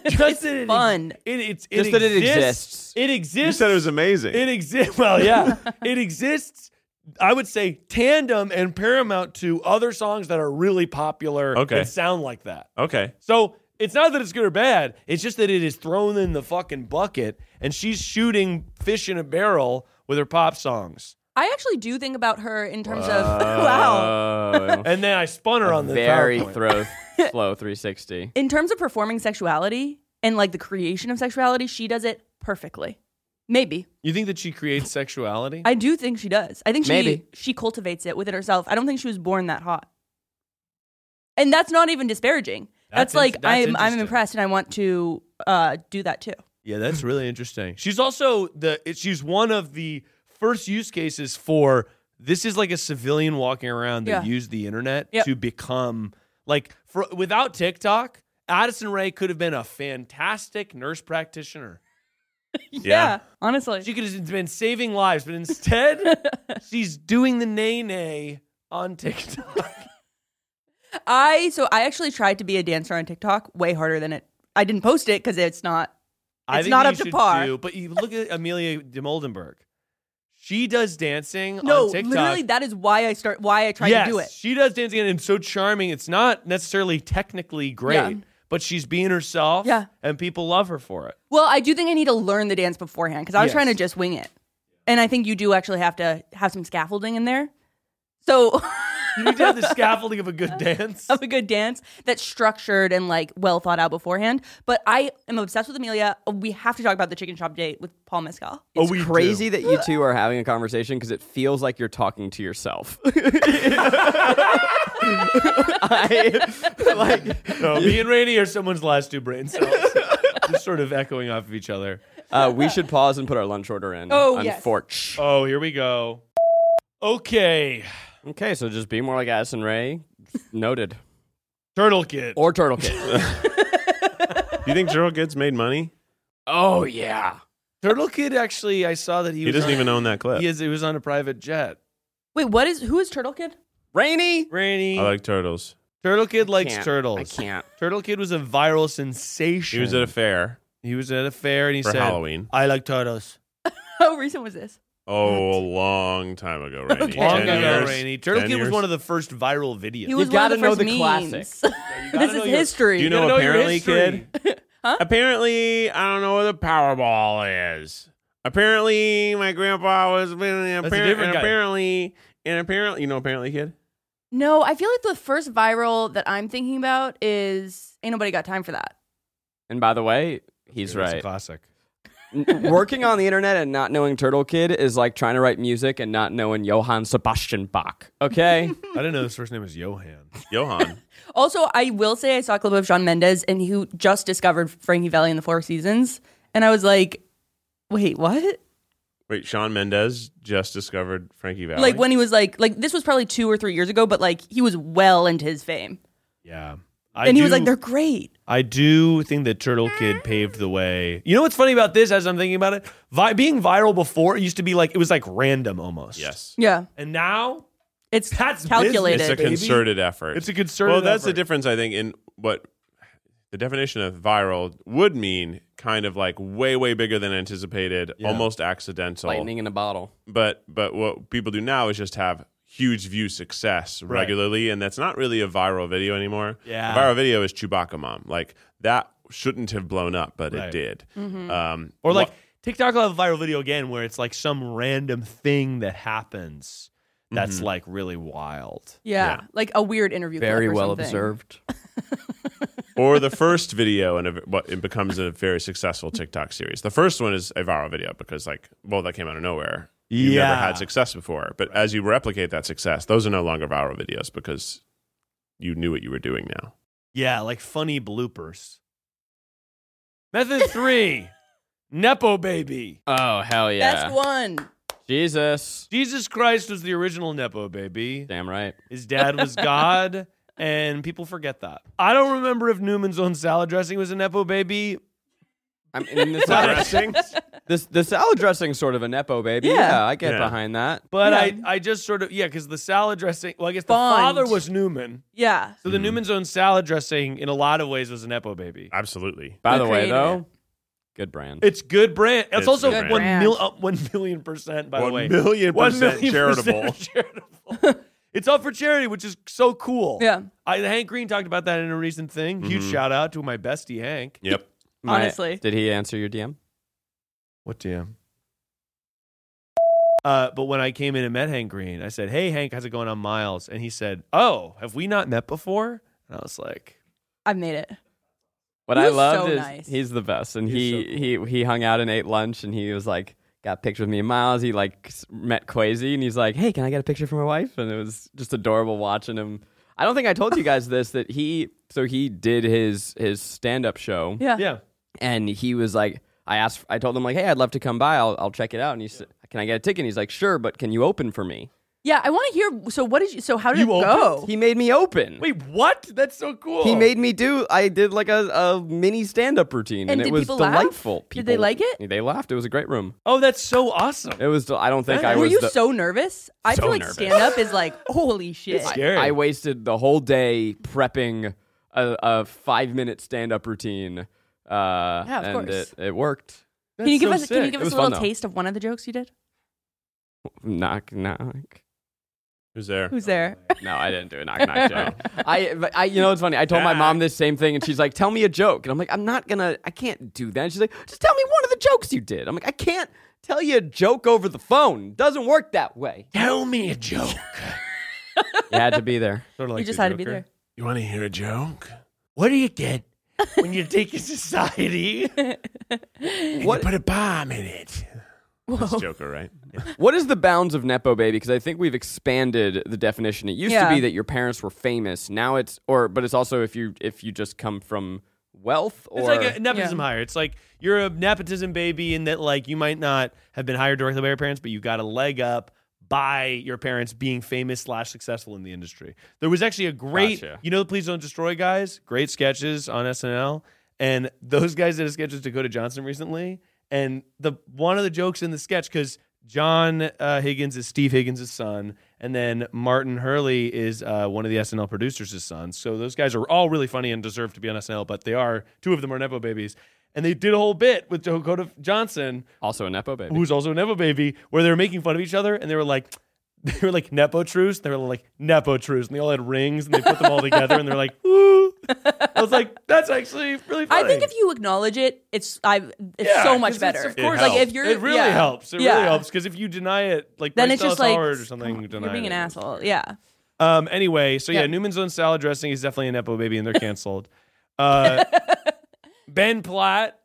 Just that it, fun. It, it's Just that it exists. It exists. You said it was amazing. It exists. Well, yeah, it exists. I would say tandem and paramount to other songs that are really popular Okay. that sound like that. okay. So it's not that it's good or bad. It's just that it is thrown in the fucking bucket, and she's shooting fish in a barrel with her pop songs. I actually do think about her in terms of wow. Oh, And then I spun her on the very PowerPoint. throw flow 360. In terms of performing sexuality and like the creation of sexuality, she does it perfectly. Maybe. You think that she creates sexuality? I do think she does. I think she Maybe. she cultivates it within herself. I don't think she was born that hot. And that's not even disparaging. That's That's, in- like that's I'm I'm interesting. impressed and I want to uh, do that too. yeah, that's really interesting. She's also the it- she's one of the first use cases for this is like a civilian walking around that Yeah. used the internet Yep. to become like for, without TikTok, Addison Ray could have been a fantastic nurse practitioner. Yeah. Yeah. honestly. She could have been saving lives, but instead, she's doing the nay nay on TikTok. I so I actually tried to be a dancer on TikTok way harder than it. I didn't post it because it's not I It's think not you up to should par. do- but you look at Amelia de Moldenberg. She does dancing No, on TikTok. literally, that is why I start. Why I try yes, to do it. She does dancing and it's so charming. It's not necessarily technically great, Yeah. but she's being herself Yeah. and people love her for it. Well, I do think I need to learn the dance beforehand because I was Yes. trying to just wing it, and I think you do actually have to have some scaffolding in there. So You need to have the scaffolding of a good dance. of a good dance that's structured and like well thought out beforehand. But I am obsessed with Amelia. We have to talk about the chicken shop date with Paul Mescal. It's crazy that you two are having a conversation because it feels like you're talking to yourself. I, like, No, me and Rainey are someone's last two brain cells. Just sort of echoing off of each other. uh, we should pause and put our lunch order in. Oh, on yes. Forch. Oh, here we go. Okay. Okay, so just be more like Addison Ray. Noted. Turtle Kid. Or Turtle Kid. you think Turtle Kid's made money? oh, yeah. Turtle Kid actually I saw that he, He was doesn't on- even own that clip. he is he was on a private jet. Wait, what is who is Turtle Kid? Rainy. Rainy. I like turtles. Turtle Kid likes Can't. turtles. I can't. Turtle Kid was a viral sensation. He was at a fair. He was at a fair and he For said, Halloween. "I like turtles." How recent was this? Oh, a long time ago, Rainy. Okay. Long Ten ago, years. Rainy. Turtle Kid was one of the first viral videos. He was one gotta of the know first the memes. gotta this know is your- history. Do you know gotta know your apparently, history. kid? Apparently, I don't know what the Powerball is. Apparently, my grandpa was a apparently, different and guy. apparently, and apparently, you know, apparently, kid. no, I feel like the first viral that I'm thinking about is ain't nobody got time for that. And by the way, he's It's a right. classic. N- Working on the internet and not knowing Turtle Kid is like trying to write music and not knowing Johann Sebastian Bach. Okay? I didn't know his first name was Johan. Johan. Also, I will say I saw a clip of Sean Mendez and he just discovered Frankie Valley in the Four Seasons, and I was like, wait, what? Wait, Sean Mendez just discovered Frankie Valley. Like when he was like, like this was probably two or three years ago, but like he was well into his fame, Yeah. I and he was do- like, they're great. I do think that Turtle Kid paved the way. You know what's funny about this? As I'm thinking about it, vi- being viral before it used to be like it was like random almost. yes, Yeah, And now it's That's calculated. business. it's a baby. concerted effort. it's a concerted. well that's the effort. difference i think in what the definition of viral would mean kind of like way way bigger than anticipated almost accidental Lightning in a bottle. but but what people do now is just have huge view success Right. regularly and that's not really a viral video anymore Yeah. a viral video is chewbacca mom like that shouldn't have blown up but Right. it did um, Or like TikTok will have a viral video again where it's like some random thing that happens Mm-hmm. that's like really wild. yeah, like a weird interview. clip Very or well something. observed. or the first video and a- what it becomes a very successful TikTok series. The first one is a viral video because like well that came out of nowhere. You Yeah. never had success before, but as you replicate that success, those are no longer viral videos because you knew what you were doing now. Yeah, like funny bloopers. Method three Nepo baby. Oh, hell yeah. Best one. Jesus. Jesus Christ was the original Nepo baby. Damn right. His dad was God, and people forget that. I don't remember if Newman's own salad dressing was a Nepo baby. I mean, the salad, this, the salad dressing's sort of a Nepo baby. Yeah. Yeah, I get Yeah. behind that. But Yeah. I, I just sort of, yeah, because the salad dressing, well, I guess Bond. the father was Newman. Yeah. So the Newman's own salad dressing, in a lot of ways, was a Nepo baby. Absolutely. By the Who way, created though, good brand. It's good brand. It's, It's also good one, brand. mil, uh, one million percent. By the One way, million One percent million charitable. percent charitable. it's all for charity, which is so cool. Yeah. I, Hank Green talked about that in a recent thing. Huge shout out to my bestie Hank. Yep. My- honestly. Did he answer your DM? What DM? Uh, but when I came in and met Hank Green, I said, "Hey Hank, how's it going on Miles?" And he said, "Oh, have we not met before?" And I was like, I've made it. What He I was loved so is nice. he's the best, and He is he he he hung out and ate lunch, and he was like got pictures with me and Miles. He like s- met Quasi, and he's like, "Hey, can I get a picture for my wife?" And it was just adorable watching him. I don't think I told you guys this that he so he did his his stand up show, Yeah. "Yeah, and he was like, I asked, I told him like, "Hey, I'd love to come by. I'll I'll check it out." And he said, "Can I get a ticket?" And he's like, "Sure, but can you open for me?" Yeah, I want to hear. So what did you? So how did You it go? He made me open. wait, what? That's so cool." He made me do. I did like a, a mini stand up routine, and, And it did was people laugh? delightful. Did they like it? They laughed. It was a great room. Oh, that's so awesome. It was. I don't think I Were was. you the- so nervous? I So feel like nervous. stand up is like holy shit. It's scary. I wasted the whole day prepping a, a five minute stand up routine Uh, Yeah, of and course. It, it worked. Can you give That's us so Can you sick. give It us was a fun, little though. taste of one of the jokes you did? Knock, knock. Who's there? Who's there? No, I didn't do a knock knock joke. I, but I, you know, it's funny. I told my mom this same thing, and she's like, "Tell me a joke," and I'm like, "I'm not gonna. I can't do that." And she's like, "Just tell me one of the jokes you did." I'm like, "I can't tell you a joke over the phone. It doesn't work that way." Tell me a joke. You had to be there. Sort of like you just the had to be Joker. there. you want to hear a joke? What do you get when you take a society? What? put a bomb in it. That's Joker, right? What is the bounds of nepo baby? Because I think we've expanded the definition. It used to Yeah. be that your parents were famous. Now it's or, but it's also if you if you just come from wealth or It's like a nepotism Yeah. hire. It's like you're a nepotism baby in that like you might not have been hired directly by your parents, but you got a leg up by your parents being famous slash successful in the industry. There was actually a great, Gotcha. you know, the Please Don't Destroy guys, great sketches on SNL, and those guys did a sketch with Dakota Johnson recently, and the one of the jokes in the sketch because John uh, Higgins is Steve Higgins' son, and then Martin Hurley is uh, one of the SNL producers' sons. So those guys are all really funny and deserve to be on SNL, but they are two of them are nepo babies, and they did a whole bit with Dakota Johnson also a nepo baby. who's also a Nepo baby, where they were making fun of each other and they were like, they were like Nepo truce. They were like Nepo truce. And they all had rings and they put them all together and they're like, woo. I was like, that's actually really I funny. think if you acknowledge it, it's I it's Yeah, so much 'cause it's- better. of course, like if helps. you're it really yeah. helps. It Yeah. really helps because if you deny it, like Then Bryce it's just Dallas like Howard or something, you you're being it. an asshole. Yeah. Um. Anyway, so yeah, Yeah. Newman's own salad dressing is definitely a nepo baby, and they're canceled. uh, ben Platt.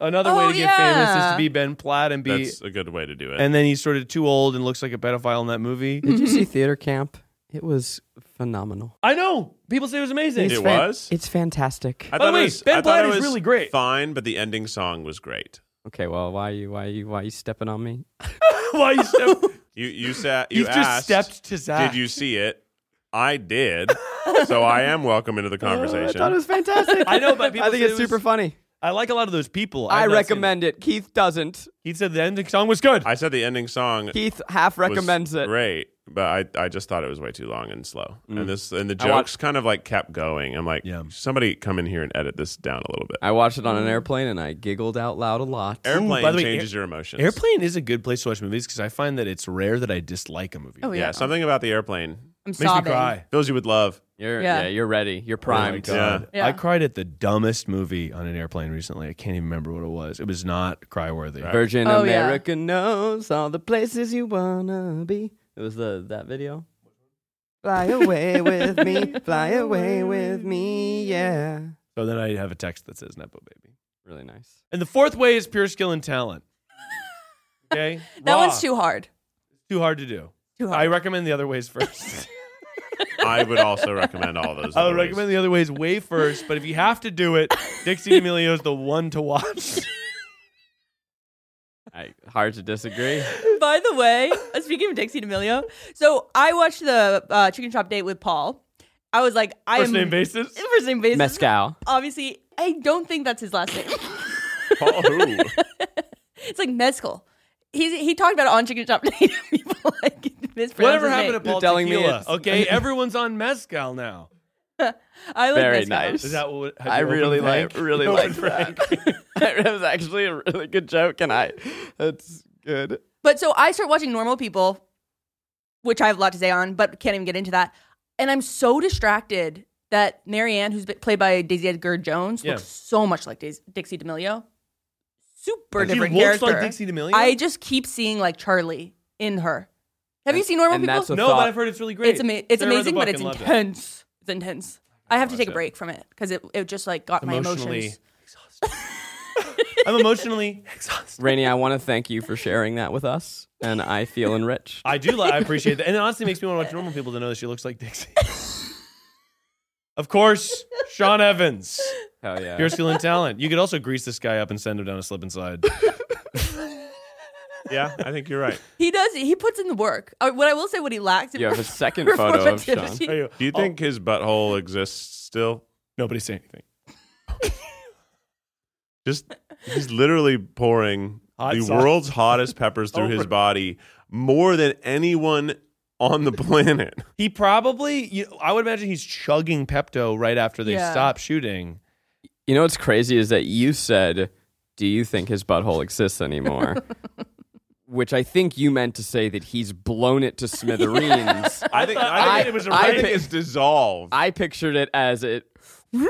Another way Oh, to get famous is to yeah. be Ben Platt and be, That's a good way to do it. and then he's sort of too old and looks like a pedophile in that movie. Mm-hmm. Did you see theater camp? It was phenomenal. I know. People say it was amazing. It was? It's fantastic. I By the thought it way, was, Ben I thought Platt it is was really great. Fine, but the ending song was great. Okay, well, why you why you why you stepping on me? Why you step? You you sat you You've just asked, stepped to Zach. Did you see it? I did. so I am welcome Oh, into the conversation. was fantastic. I know, but people I think say it's it was- super funny. I like a lot of those people. I I've not seen recommend it. Keith doesn't. it. He said the ending song was good. I said the ending song Keith half was recommends it. Great, but I, I just thought it was way too long and slow. Mm. And this and the I wa- jokes kind of like kept going. I'm like, somebody come in here and edit this down a little bit. I watched it on an airplane and I giggled out loud a lot. Airplane by the way, changes air- your emotions. Airplane is a good place to watch movies because I find that it's rare that I dislike a movie. Oh yeah. yeah, something about the airplane I'm Makes me sobbing. cry. fills you with love. You're, yeah. Yeah. you're ready. You're primed. Oh my God. Yeah. I cried at the dumbest movie on an airplane recently. I can't even remember what it was. It was not cry worthy. Virgin Oh, yeah. America knows all the places you wanna be. It was the that video. Fly away with me, fly away with me, yeah. So then I have a text that says Nepo Baby. Really nice. And the fourth way is pure skill and talent. Okay? That Raw. one's too hard. too hard to do. Too I hard. recommend the other ways first. I would also recommend all those. I would other ways. recommend the other ways way first, but if you have to do it, Dixie D'Amelio is the one to watch. I, hard to disagree. By the way, uh, speaking of Dixie D'Amelio, so I watched the uh, chicken shop date with Paul. I was like, I First am name basis. First name basis. Mescal. Obviously, I don't think that's his last name. Paul, who? It's like mezcal. He he talked about it on Chicken Shop Native people like mispronounce Whatever his happened to name. Paul You're telling me Tequila? it's- okay, everyone's on mezcal now. I like Very mezcal. nice. Is that what? have I you opened really Frank? like really You like opened that. Frank? it was actually a really good joke, and I that's good. But so I start watching Normal People, which I have a lot to say on, but can't even get into that. And I'm so distracted that Marianne, who's been played by Daisy Edgar Jones, Yeah. looks so much like Dais- Dixie D'Amelio. Super She different looks character. like Dixie D'Amelio. I just keep seeing like Charlie in her. Have you seen Normal and People? that's a no, thought. but I've heard it's really great. It's, ama- it's Sarah read the amazing, but book it's and loved it. intense. It's intense. I have to take a break from it because it, it just like got my Emotionally emotions. I'm emotionally exhausted. Rainey, I want to thank you for sharing that with us, and I feel enriched. I do. Like, I appreciate that, and it honestly makes me want to watch normal people to know that she looks like Dixie. of course, Sean Evans, Hell yeah! pure skill and talent. You could also grease this guy up and send him down a slip and slide. Yeah, I think you're right. He does. He puts in the work. Uh, what I will say, what he lacks. in You have a second photo of Sean. performativity- Are you- Do you Oh. think his butthole exists still? Nobody say anything. Just he's literally pouring Hot the sauce. world's hottest peppers through his Over- body more than anyone on the planet. He probably, you I would imagine he's chugging Pepto right after they Yeah. stop shooting. You know what's crazy is that you said, "Do you think his butthole exists anymore?" Which I think you meant to say that he's blown it to smithereens. I think I think I- it was I I think think- it's dissolved. I pictured it as it Yeah.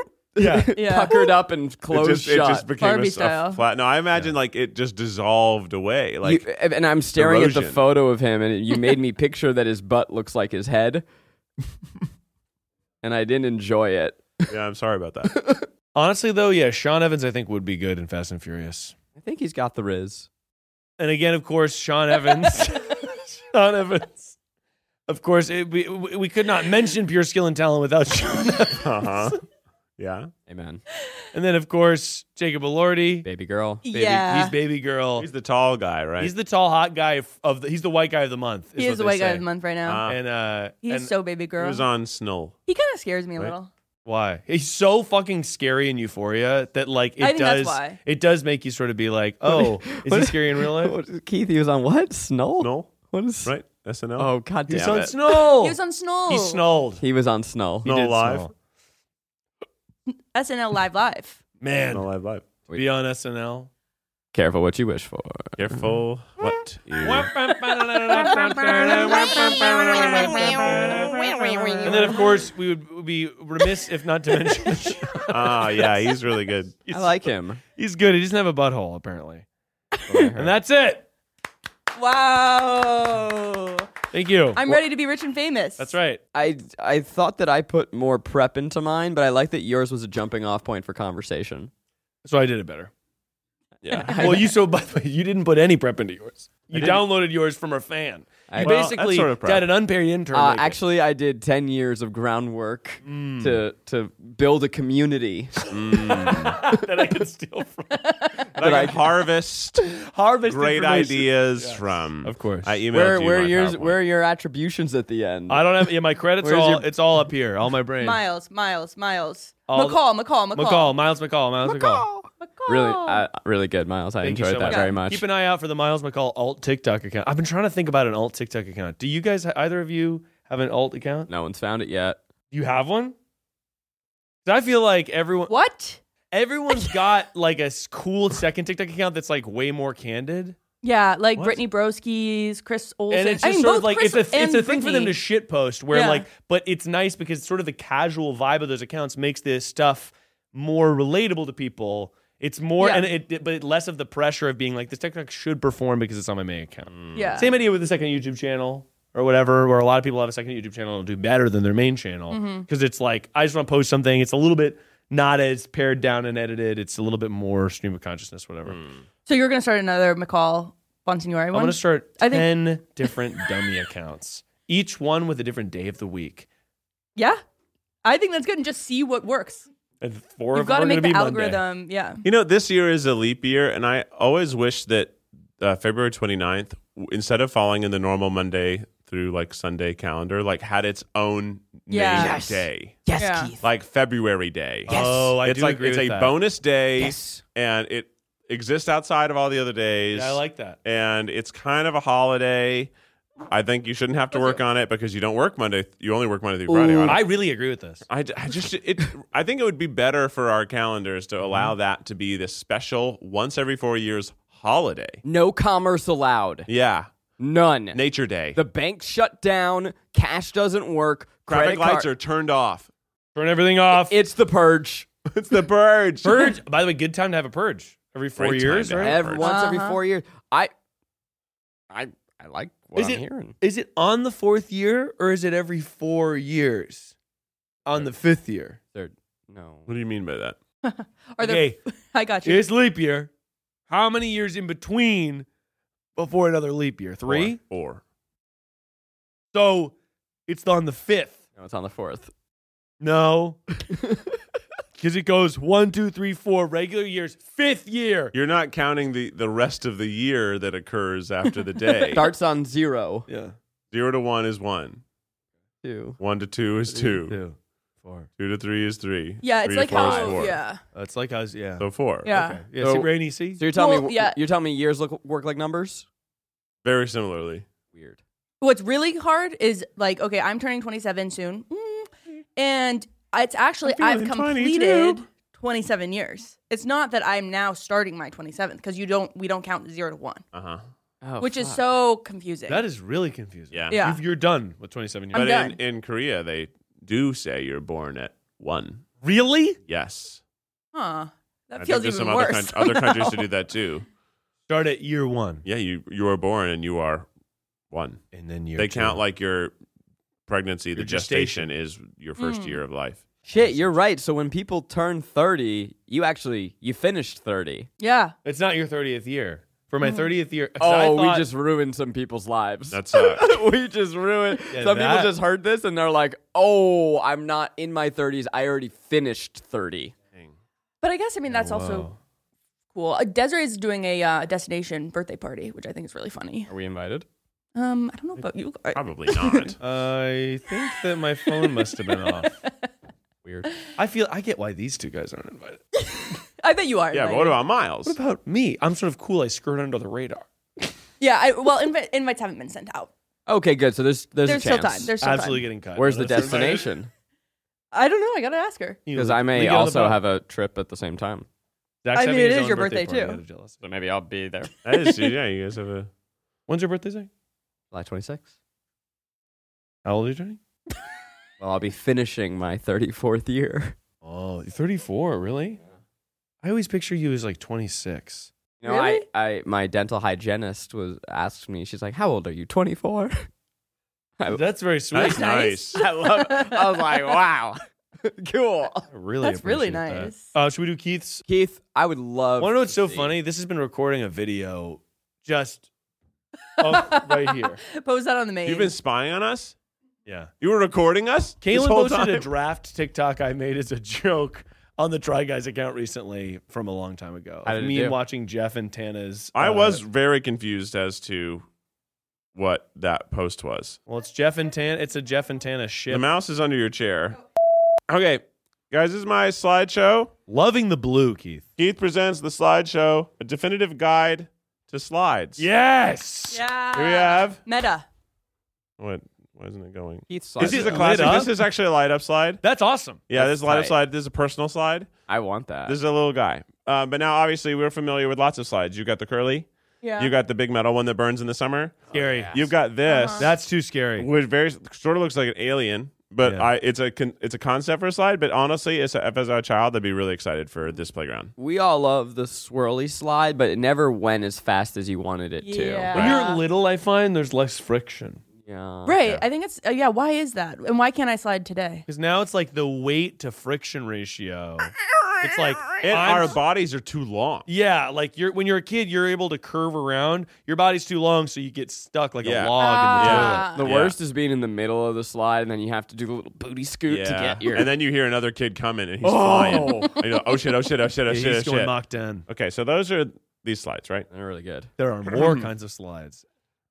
Yeah. puckered up and it closed just, shut. it just became Barbie a, style. a flat. No, I imagine like it just dissolved away. Like You- and I'm staring at the erosion. photo of him, and you made me picture that his butt looks like his head, and I didn't enjoy it. yeah, I'm sorry about that. Honestly, though, yeah, Sean Evans, I think, would be good in Fast and Furious. I think he's got the riz. And again, of course, Sean Evans. Sean Evans. Of course, it, we, we could not mention pure skill and talent without Sean Evans. Uh-huh. Yeah. Amen, And then, of course, Jacob Elordi. baby girl. Baby- yeah. He's baby girl. He's the tall guy, right? He's the tall, hot guy of- of the. He's the white guy of the month. he what is the they white guy say. of the month right now. Ah. And uh, He's and so baby girl. He was on Snow. he kind of scares me a Right? little. why he's so fucking scary in Euphoria that like it I think that's does why. it does make you sort of be like, oh, is he what- scary in real life? What- Keith, he was on what? Snow? Snow, What is? right? SNL. Oh God He's damn on it! Snow. He was on Snow. He's snowed. he was on Snow. Snow live. Snow. SNL Live Live. Man, Snow live live. be on SNL. Careful what you wish for. Careful what you. and then, of course, we would be remiss if not to mention Ah, yeah, he's really good. I like him. he's good. He doesn't have a butthole apparently. and that's it. Wow. Thank you. I'm ready to be rich and famous. that's right. I I thought that I put more prep into mine, but I like that yours was a jumping off point for conversation. So I did it better. Yeah. Well, you so by the way, you didn't put any prep into yours. You downloaded yours from a fan. I- you Well, that's basically sort of prep. had an unpaid intern. Uh, make it. actually, I did ten years of groundwork Mm. to to build a community. that I could steal from. That I harvest Harvest great information. ideas from. Of course. I emailed where you where my yours PowerPoint. where are your attributions at the end? I don't have yeah. My credits Where's all your- it's all up here. All my brain. Miles, Miles, Miles. All- McCall, McCall, McCall. McCall, Miles McCall, Miles McCall. McCall. really uh, really good, Miles. I Oh. Thank you enjoyed so that much. very much. Keep an eye out for the Miles McCall alt TikTok account. I've been trying to think about an alt TikTok account. Do you guys, either of you, have an alt account? no one's found it yet. Do you have one? 'Cause I feel like everyone, what? everyone's got like a s- cool second TikTok account that's like way more candid, Yeah, like What? Brittany Broski's, Chris Olsen. and it's just I mean, sort both of like Chris it's a it's and a thing for them to Brittany. shit post. Where Yeah. like, but it's nice because sort of the casual vibe of those accounts makes this stuff more relatable to people. It's more Yeah. and it, it- but less of the pressure of being like this TikTok should perform because it's on my main account. yeah. Same idea with the second YouTube channel or whatever, where a lot of people have a second YouTube channel and do better than their main channel because it's like I just want to post something. It's a little bit not as pared down and edited. It's a little bit more stream of consciousness, whatever. So you're gonna start another McCall Bonsignori I'm one. gonna start I think- ten different dummy accounts, each one with a different day of the week. yeah, I think that's good, and just see what works. And four You've of got to them are make gonna the be Monday. algorithm. Yeah, You know, this year is a leap year, and I always wish that uh, February 29th, w- instead of falling in the normal Monday through like Sunday calendar, like had its own Yeah. named Yes. day, yes, Keith. like February Day. Oh, I it's do like agree it's with a that. bonus day, and it exists outside of all the other days. Yeah, I like that. and it's kind of a holiday. I think you shouldn't have to work on it because you don't work Monday. You only work Monday through Friday. on it. I really agree with this. I, d- I just it I think it would be better for our calendars to allow that to be this special once every four years holiday. No commerce allowed. Yeah, None. Nature Day. The bank shut down. Cash doesn't work. Traffic credit lights card- are turned off. Turn everything off. It's the purge. It's the purge. purge. By the way, good time to have a purge every four Great time years, to right? have a Every, purge. once every Uh-huh. four years. I, I, I like what Is I'm it- hearing. Is it on the fourth year or is it every four years? On the fifth year. They're- no. What do you mean by that? Are there? okay, I got you. it's leap year. How many years in between before another leap year? Three? or So it's on the fifth. No, it's on the fourth. No. Because it goes one, two, three, four regular years, fifth year. you're not counting the the rest of the year that occurs after the day. Starts on zero. Yeah. Zero to one is one. Two. One to two is two. Two. Four. Two to three is three. yeah, it's Three like to four how. is four. Yeah, It's like I was, yeah. So four. yeah. Okay. Yeah, So- see, Rainy, see? So you're telling Well, me yeah. you're telling me years look work like numbers? Very similarly. Weird. What's really hard is like, okay, I'm turning 27 soon, Mm. and it's actually I'm I've feeling completed 22. 27 years. It's not that I'm now starting my 27th because you don't we don't count 0 to 1, Uh huh. Oh, which is fuck. so confusing. That is really confusing. Yeah. Yeah. You've- You're done with 27 years. I'm But in, done. in Korea, they do say you're born at one. really? Yes. huh. That I think feels there's even some worse. other, coun- other countries somehow. to do that too. Start at year one. Yeah, you you were born and you are one. And then year they two. count like your pregnancy, the Your gestation, is your first Mm. year of life. Shit, you're right. So when people turn 30, you actually you finished 30. Yeah. It's not your 30th year. For Mm. my 30th year. 'cause I Oh, thought- we just ruined some people's lives. That sucks. we just ruined. Yeah, some that- people just heard this and they're like, "Oh, I'm not in my 30s. I already finished 30." But I guess I Oh, mean that's also Whoa. cool. Uh, Desiree is doing a uh, destination birthday party, which I think is really funny. Are we invited? Um, I don't know about you. guys. Probably not. I think that my phone must have been off. Weird. I feel I get why these two guys aren't invited. I bet you are. yeah, but invited. what about Miles? What about me? I'm sort of cool. I skirt under the radar. Yeah, I, well, invi- invites haven't been sent out. Okay, good. So there's there's, a There's still chance. time. There's still Absolutely time. getting cut. Where's the Unless they're invited. destination? I don't know. I gotta ask her. You Because know, I we may get on the also boat. have a trip at the same time. Zach's I mean, having it his is own your birthday, party. too. I'm jealous. So maybe I'll be there. That is, yeah, you guys have a. When's your birthday, Zach? July 26th. How old are you turning? Well, I'll be finishing my 34th year. Oh, you're 34, really? I always picture you as like 26. You know, Really? I, I my dental hygienist was asked me. She's like, "How old are you? 24?" I- That's very sweet. That's I nice. I love. I was like, "Wow, cool." really That's really appreciate that. nice. Uh, should we do Keith's? Keith, I would love. Want to know what's so see- funny? This has been recording a video just up right here. Post that on the main. You've been spying on us. Yeah. You were recording us. this Caitlin whole posted time? a draft TikTok I made as a joke on the Try Guys account recently from a long time ago. How did Of it me do? watching Jeff and Tana's. I uh, was very confused as to what that post was. Well, it's Jeff and Tana. It's a Jeff and Tana ship. The mouse is under your chair. Okay, guys, this is my slideshow. Loving the blue, Keith. Keith presents the slideshow, a definitive guide to slides. Yes. Yeah. Here we have. Meta. What? Why isn't it going? Keith's This This is slide. is a a lit classic. up? This is actually a light up slide. That's awesome. Yeah, That's this is a light up tight. slide. This is a personal slide. I want that. This is a little guy. Uh, but now, obviously, we're familiar with lots of slides. You got the curly. Yeah. You got the big metal one that burns in the summer. Oh, Scary. You've got this, That's too scary. which very sort of looks like an alien, but Yeah. I, it's a con, it's a concept for a slide. But honestly, it's a, if as a child, I'd be really excited for this playground. we all love the swirly slide, but it never went as fast as you wanted it to. Yeah. When you're little, I find there's less friction Yeah. Right. I think it's uh, yeah. Why is that? And why can't I slide today? because now it's like the weight to friction ratio. It's like And I'm- our bodies are too long. Yeah, like you're when you're a kid, you're able to curve around. Your body's too long, so you get stuck like Yeah. a log in the toilet. Ah. The Yeah. worst is being in the middle of the slide and then you have to do the little booty scoot to get your. and then you hear another kid coming and he's flying. And you're like, oh shit! Oh shit! Oh shit! Oh Oh. Yeah, shit! he's Oh going shit! Mach 10. Okay, so those are these slides, right? They're really good. There are more kinds of slides.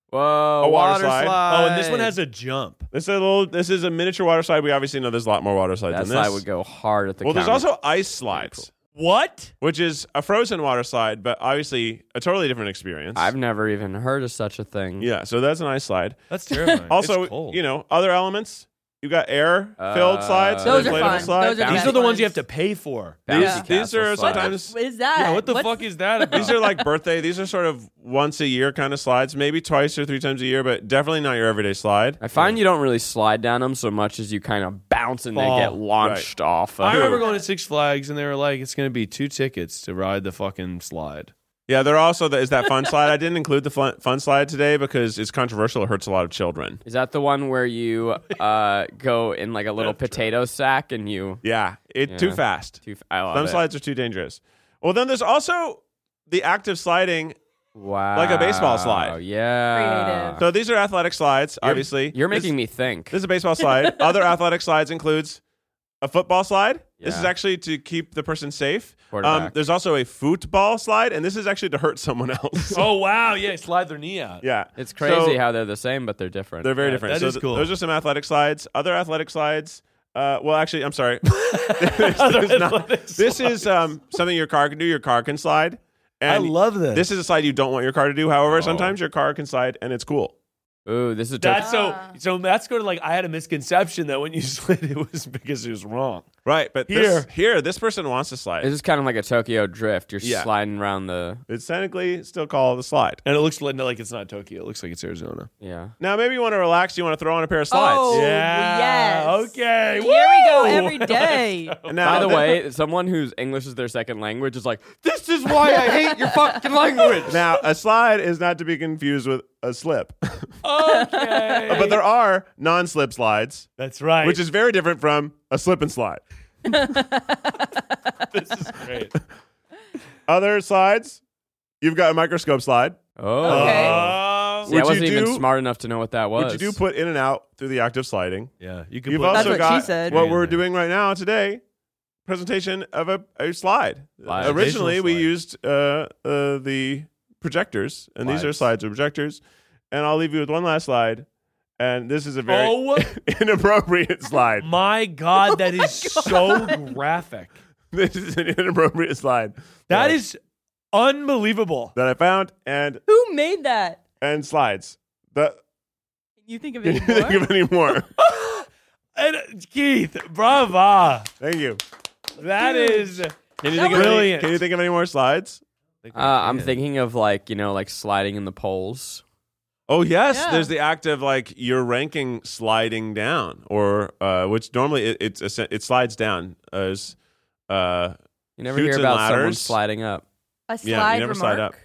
Whoa, A water slide. Mm-hmm. Oh, and this one has a jump. This is a little. This is a miniature water slide. We obviously know there's a lot more water slides That than this. slide would go hard at the well, there's counter. also ice slides, What? which is a frozen water slide, but obviously a totally different experience. I've never even heard of such a thing. yeah, so that's an ice slide. That's terrifying. It's Also, cold. you know, other elements. You got air filled Uh, slides, Those are inflatable fun. slides. Those are these best are the ones you have ones. to pay for. Bouncy Yeah. These castle are slide. sometimes. What is that? Yeah, what the What's- fuck is that? About? These are like birthday. These are sort of once a year kind of slides, maybe twice or three times a year, but definitely not your everyday slide. I find you don't really slide down them so much as you kind of bounce and Fall. then get launched off. Of. I remember going to Six Flags and they were like, it's going to be two tickets to ride the fucking slide. Yeah, there also the, is that fun slide. I didn't include the fun, fun slide today because it's controversial. It hurts a lot of children. Is that the one where you uh, go in like a little potato sack and you? Yeah, it too Yeah. fast. Too, f- I love Some it. slides are too dangerous. Well, then there's also the act of sliding. wow, like a baseball slide. Yeah, Creative. So these are athletic slides, You're- obviously. You're This- making me think. This is a baseball slide. Other athletic slides includes a football slide. This Yeah. is actually to keep the person safe. Um, Quarterback. there's also a football slide, and this is actually to hurt someone else. Oh, wow. Yeah, slide their knee out. yeah, it's crazy So how they're the same, but they're different. they're very Yeah, different. that so is th- cool. Those are some athletic slides. Other athletic slides. Uh, well, actually, I'm sorry. There's- there's not- this is um, something your car can do. Your car can slide. I And love this. This is a slide you don't want your car to do. However, sometimes your car can slide, and it's cool. Ooh, this is a Ah. That's so. So that's going to like. I had a misconception that when you slid, it was because it was wrong. Right, but Here. this, here, this person wants to slide. It's just kind of like a Tokyo drift. You're Yeah. sliding around the It's technically still called the slide. And it looks like, like it's not Tokyo. It looks like it's Arizona. yeah. Now, maybe you want to relax. You want to throw on a pair of slides. Oh, yes. Okay. Here we go Woo! every day. And Now, By the th- way, someone whose English is their second language is like, this is why I hate your fucking language. now a slide is not to be confused with a slip, Okay. but there are non-slip slides, That's right. which is very different from a slip and slide. this is great. Other slides, you've got a microscope slide. Oh. Okay. Oh. See, I Would you wasn't even do- smart enough to know what that was. Which you do put in and out through the act of sliding. yeah. You can You've put- also That's what got she said. what we're doing right now today, presentation of a, a slide. Slide. Originally, we Slide. used uh, uh, the projectors, and these are slides or projectors. And I'll leave you with one last slide. And this is a very Oh. inappropriate slide. My God, that is Oh so graphic. This is an inappropriate slide. That is unbelievable. that I found and Who made that? and slides. The, Can you think of can you any think more? of any more? And uh, Keith, brava. Thank you. That is Can you That think of any, brilliant. Can you think of any more slides? Uh, I'm thinking of like, you know, like sliding in the poles. Oh yes, Yeah. there's the act of like your ranking sliding down, or uh, which normally it it's a, se- it slides down as uh, You never Chutes hear and about someone ladders. sliding up. A slide you never remark. slide up.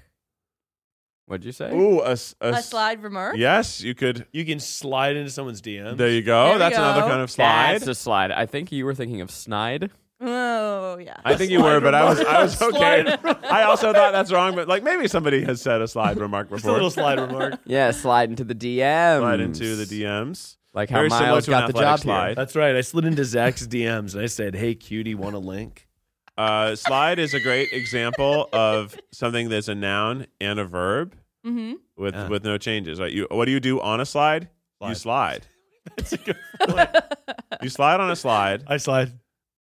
What'd you say? ooh a, s- a A s- slide remark. Yes, you could. you can slide into someone's DM. There you go. There we That's another go. kind of slide. That's a slide. I think you were thinking of snide. Oh yeah. I think you were, but I was I was okay. Slide I also thought that's wrong, but like maybe somebody has said a slide remark Just a before. little slide remark. Yeah, slide into the DM. slide into the DMs. Like how Very similar Miles to an got the athletic job slide. here. That's right. I slid into Zach's DMs and I said, "Hey, cutie, want a link?" Uh, slide is a great example of something that's a noun and a verb Mm-hmm. with Yeah. with no changes. Right? You what do you do on a slide? You slide. You slide on a slide, I slide.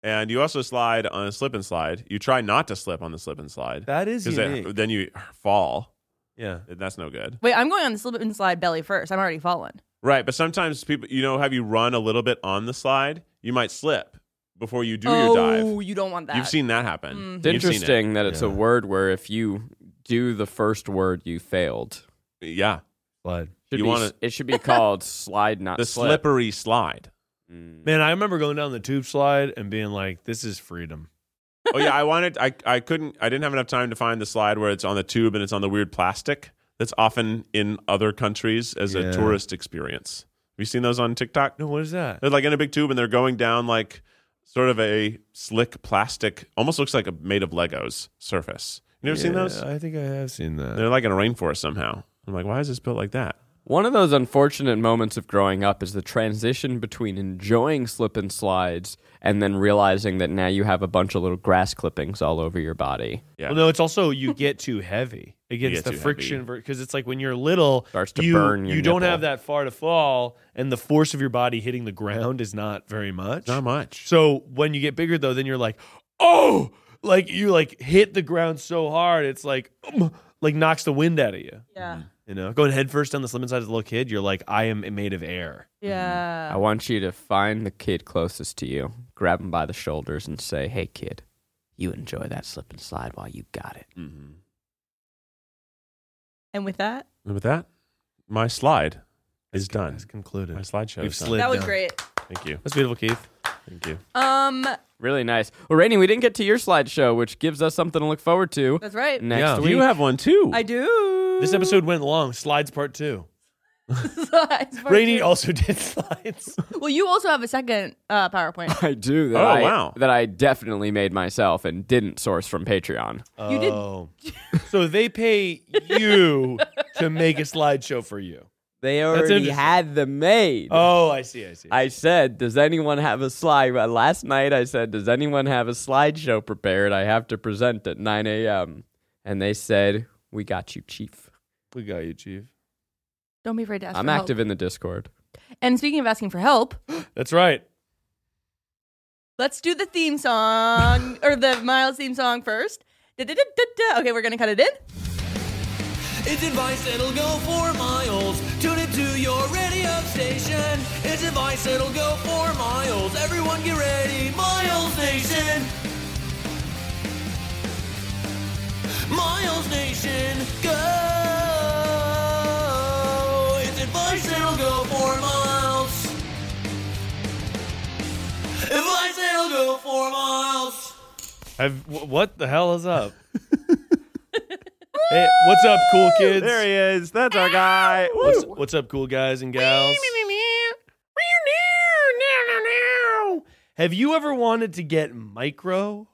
and you also slide on a slip and slide. You try not to slip on the slip and slide That is because then you fall. yeah. and That's no good. Wait, I'm going on the slip and slide belly first. I'm already falling. Right, but sometimes people, you know, have you run a little bit on the slide, you might slip before you do oh, your dive. you don't want that. Mm-hmm. You've seen that happen. It's You've seen it. interesting that it's a word where if you do the first word, you failed. Yeah, Slide. Should You be- wanna- it should be called slide, not the slip. Mm. slippery slide. Man, I remember going down the tube slide and being like, "This is freedom." oh yeah, I wanted. I I couldn't. I didn't have enough time to find the slide where it's on the tube and it's on the weird plastic that's often in other countries as Yeah. a tourist experience. Have you seen those on TikTok? No, what is that? They're like in a big tube and they're going down like sort of a slick plastic, almost looks like a made of Legos surface. You never seen Yeah, those? I think I have seen that. They're like in a rainforest somehow. I'm like, why is this built like that? One of those unfortunate moments of growing up is the transition between enjoying slip and slides and then realizing that now you have a bunch of little grass clippings all over your body. Yeah. Well, no, it's also you get too heavy. It gets get the too friction heavy. because it's like when you're little, Starts to you, burn your you don't nipple. have that far to fall, and the force of your body hitting the ground is not very much. Not much. So when you get bigger, though, then you're like, oh, like you like hit the ground so hard, it's like, um, like knocks the wind out of you. Yeah. You know, going head first down the slim inside as a little kid, you're like, I am made of air. I Mm-hmm. Yeah. want you to find the kid closest to you, grab him by the shoulders, and say, Hey, kid, you enjoy that slip and slide while you got it. Mm-hmm. And with that, And with that, my slide is done. It's concluded. My slideshow. We've is done. slid. that was down. great. Thank you. That's beautiful, Keith. Thank you. Um, Really nice. Well, Rainey, we didn't get to your slideshow, which gives us something to look forward to that's right. Mm. next Yeah. week. You have one too. I do. This episode went long. Slides part two. Slides part Rainey two. also did slides. Well, you also have a second uh, PowerPoint. I do. That Oh, I, wow. That I definitely made myself and didn't source from Patreon. You did- Oh. so they pay you to make a slideshow for you. They already interesting. had them made. Oh, I see. I see. I said, "Does anyone have a slide?" uh, Last night, I said, "Does anyone have a slideshow prepared? I have to present at 9 a.m." And they said, "We got you, chief." we got you, Chief. Don't be afraid to ask. I'm for active in the Discord. Help. And speaking of asking for help, That's right. let's do the theme song or the Miles theme song first. Da-da-da-da-da. Okay, we're gonna cut it in. It's advice that'll go for miles. Tune it to your radio station. It's a device that'll go for miles. Everyone get ready. Miles Nation. Miles Nation, go. It's advice that'll go for miles. Advice that'll go for miles. I've, wh- what the hell is up? hey, what's up, cool kids? There he is. That's our guy. What's, Woo. what's up, cool guys and gals? Have you ever wanted to get micro?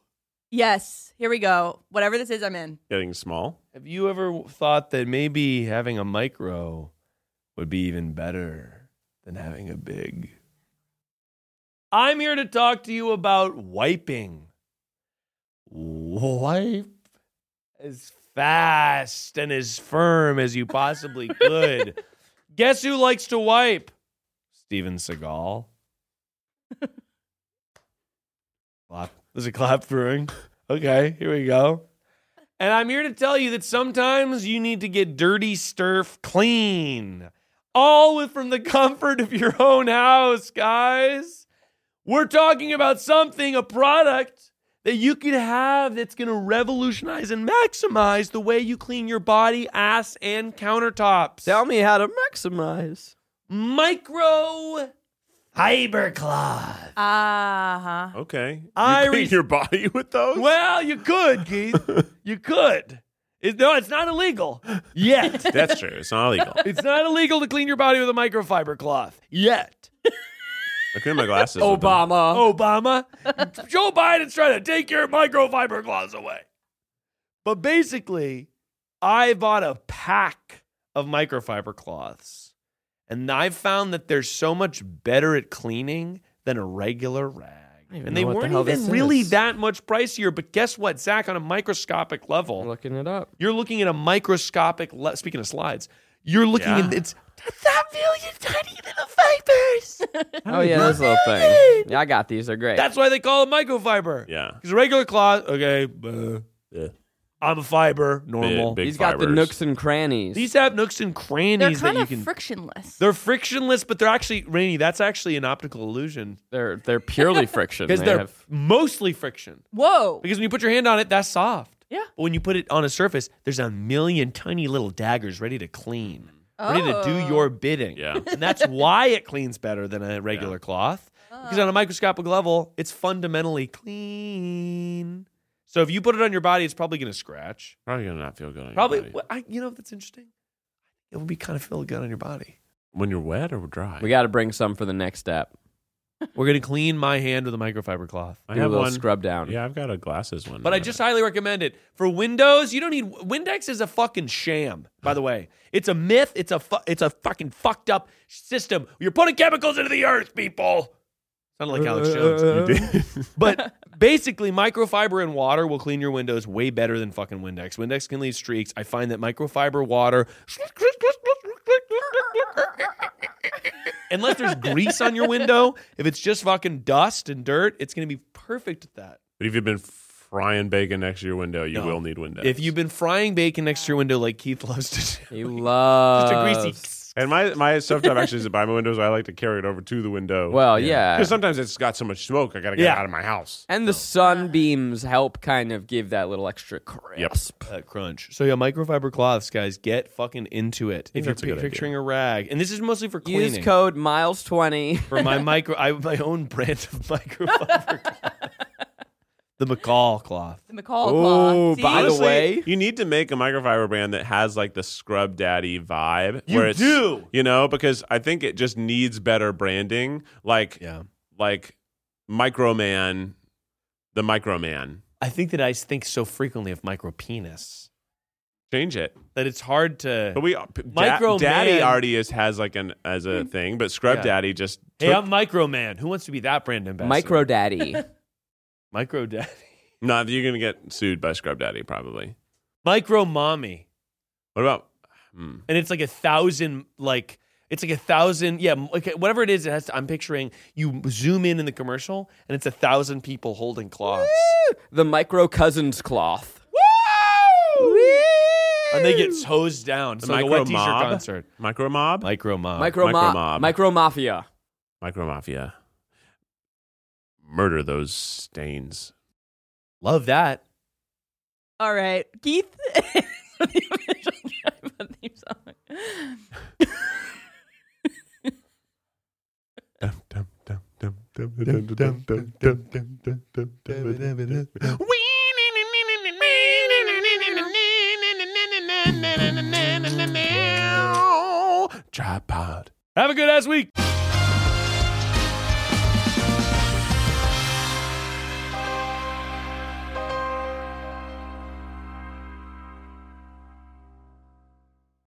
Yes, here we go. Whatever this is, I'm in. Getting small. Have you ever thought that maybe having a micro would be even better than having a big? I'm here to talk to you about wiping. Wipe as fast and as firm as you possibly could. Guess who likes to wipe? Steven Seagal. clap. There's a clap brewing. Okay, here we go. And I'm here to tell you that sometimes you need to get dirty sturf clean. All with from the comfort of your own house, guys. We're talking about something, a product that you could have that's going to revolutionize and maximize the way you clean your body, ass, and countertops. Tell me how to maximize. Micro fiber cloth. Uh huh. Okay. You I clean res- your body with those? Well, you could, Keith. you could. It, no, it's not illegal yet. That's true. It's not illegal. It's not illegal to clean your body with a microfiber cloth yet. I clean my glasses. with them. Obama. Oh. Obama, Joe Biden's trying to take your microfiber cloths away. But basically, I bought a pack of microfiber cloths, and I've found that they're so much better at cleaning than a regular rag. don't even And they know what the weren't hell even this really is. that much pricier. But guess what, Zach? On a microscopic level, I'm looking it up. you're looking at a microscopic. Le- speaking of slides, you're looking Yeah. at it's that million tiny little fibers. Oh yeah, this little thing. Yeah, I got these. They're great. That's why they call it microfiber. Yeah. because regular cloth. Okay, uh, Yeah. I'm a fiber, normal. big He's got the fibers. nooks and crannies. These have nooks and They're crannies that kind you of can. frictionless. they're frictionless, but they're actually rainy. That's actually an optical illusion they're they're purely friction. because They they're have- mostly friction. Whoa. Because when you put your hand on it, that's soft. Yeah. But when you put it on a surface, there's a million tiny little daggers ready to clean, ready to do Oh. your bidding. Yeah. And that's why it cleans better than a regular cloth. Because on a microscopic level, it's fundamentally clean. So if you put it on your body, it's probably going to scratch. Probably gonna not feel good. On your Probably, body. well, I, you know, that's interesting. It would be kind of feel good on your body. when you're wet or dry. we got to bring some for the next step. We're going to clean my hand with a microfiber cloth. I Do a have little one. scrub down. Yeah, I've got a glasses one. But I just highly recommend it. For Windows, you don't need Windex is a fucking sham, by the way. It's a myth, it's a fu- it's a fucking fucked up system. You're putting chemicals into the earth, people. Sounded like Uh, Alex Jones. You did. But basically, microfiber and water will clean your windows way better than fucking Windex. Windex can leave streaks. I find that microfiber water, unless there's grease on your window, if it's just fucking dust and dirt, it's going to be perfect at that. But if you've been frying bacon next to your window, you No. will need Windex. If you've been frying bacon next to your window like Keith loves to do, He just loves a greasy. and my my stuff job actually is by my windows. I like to carry it over to the window. Well, yeah. because sometimes it's got so much smoke. I gotta get Yeah. it out of my house. And the sunbeams help kind of give that little extra crisp. Uh, crunch. So yeah, microfiber cloths, guys, get fucking into it. If you're that's a good idea. picturing a rag, and this is mostly for Use cleaning. code MILES20. for my micro, I have my own brand of microfiber cloth, the McCall cloth. The McCall Oh, cloth. See? by the Honestly, way- you need to make a microfiber brand that has like the scrub daddy vibe. You where it's, do. you know, because I think it just needs better branding. Like, Yeah, like Microman, the Microman. I think that I think so frequently of micro penis Change it. that it's hard to. But we p- da- Microman- Hmm. Daddy already is, has like an as a thing, but Scrub Yeah. Daddy just took, hey, I'm Micro Man. Who wants to be that brand ambassador? Micro Daddy. Micro Daddy, no. You're gonna get sued by Scrub Daddy probably. Micro Mommy. What about? Hmm. and it's like a thousand like it's like a thousand yeah okay, whatever it is it has to, i'm picturing you zoom in in the commercial and it's a thousand people holding cloths the Micro Cousins cloth. and they get hosed down it's like a wet t-shirt concert Micro mob. Uh, micro mob Micro, Micro ma- Mob. Micro Mafia. Micro Mafia. Murder those stains. Love that. All right, Keith. the official Drive-By theme song. Dum, dum, dum, dum, dum, dum, dum, dum, dum, dum, dum, dum, dum, dum. Tripod. Have a good ass week.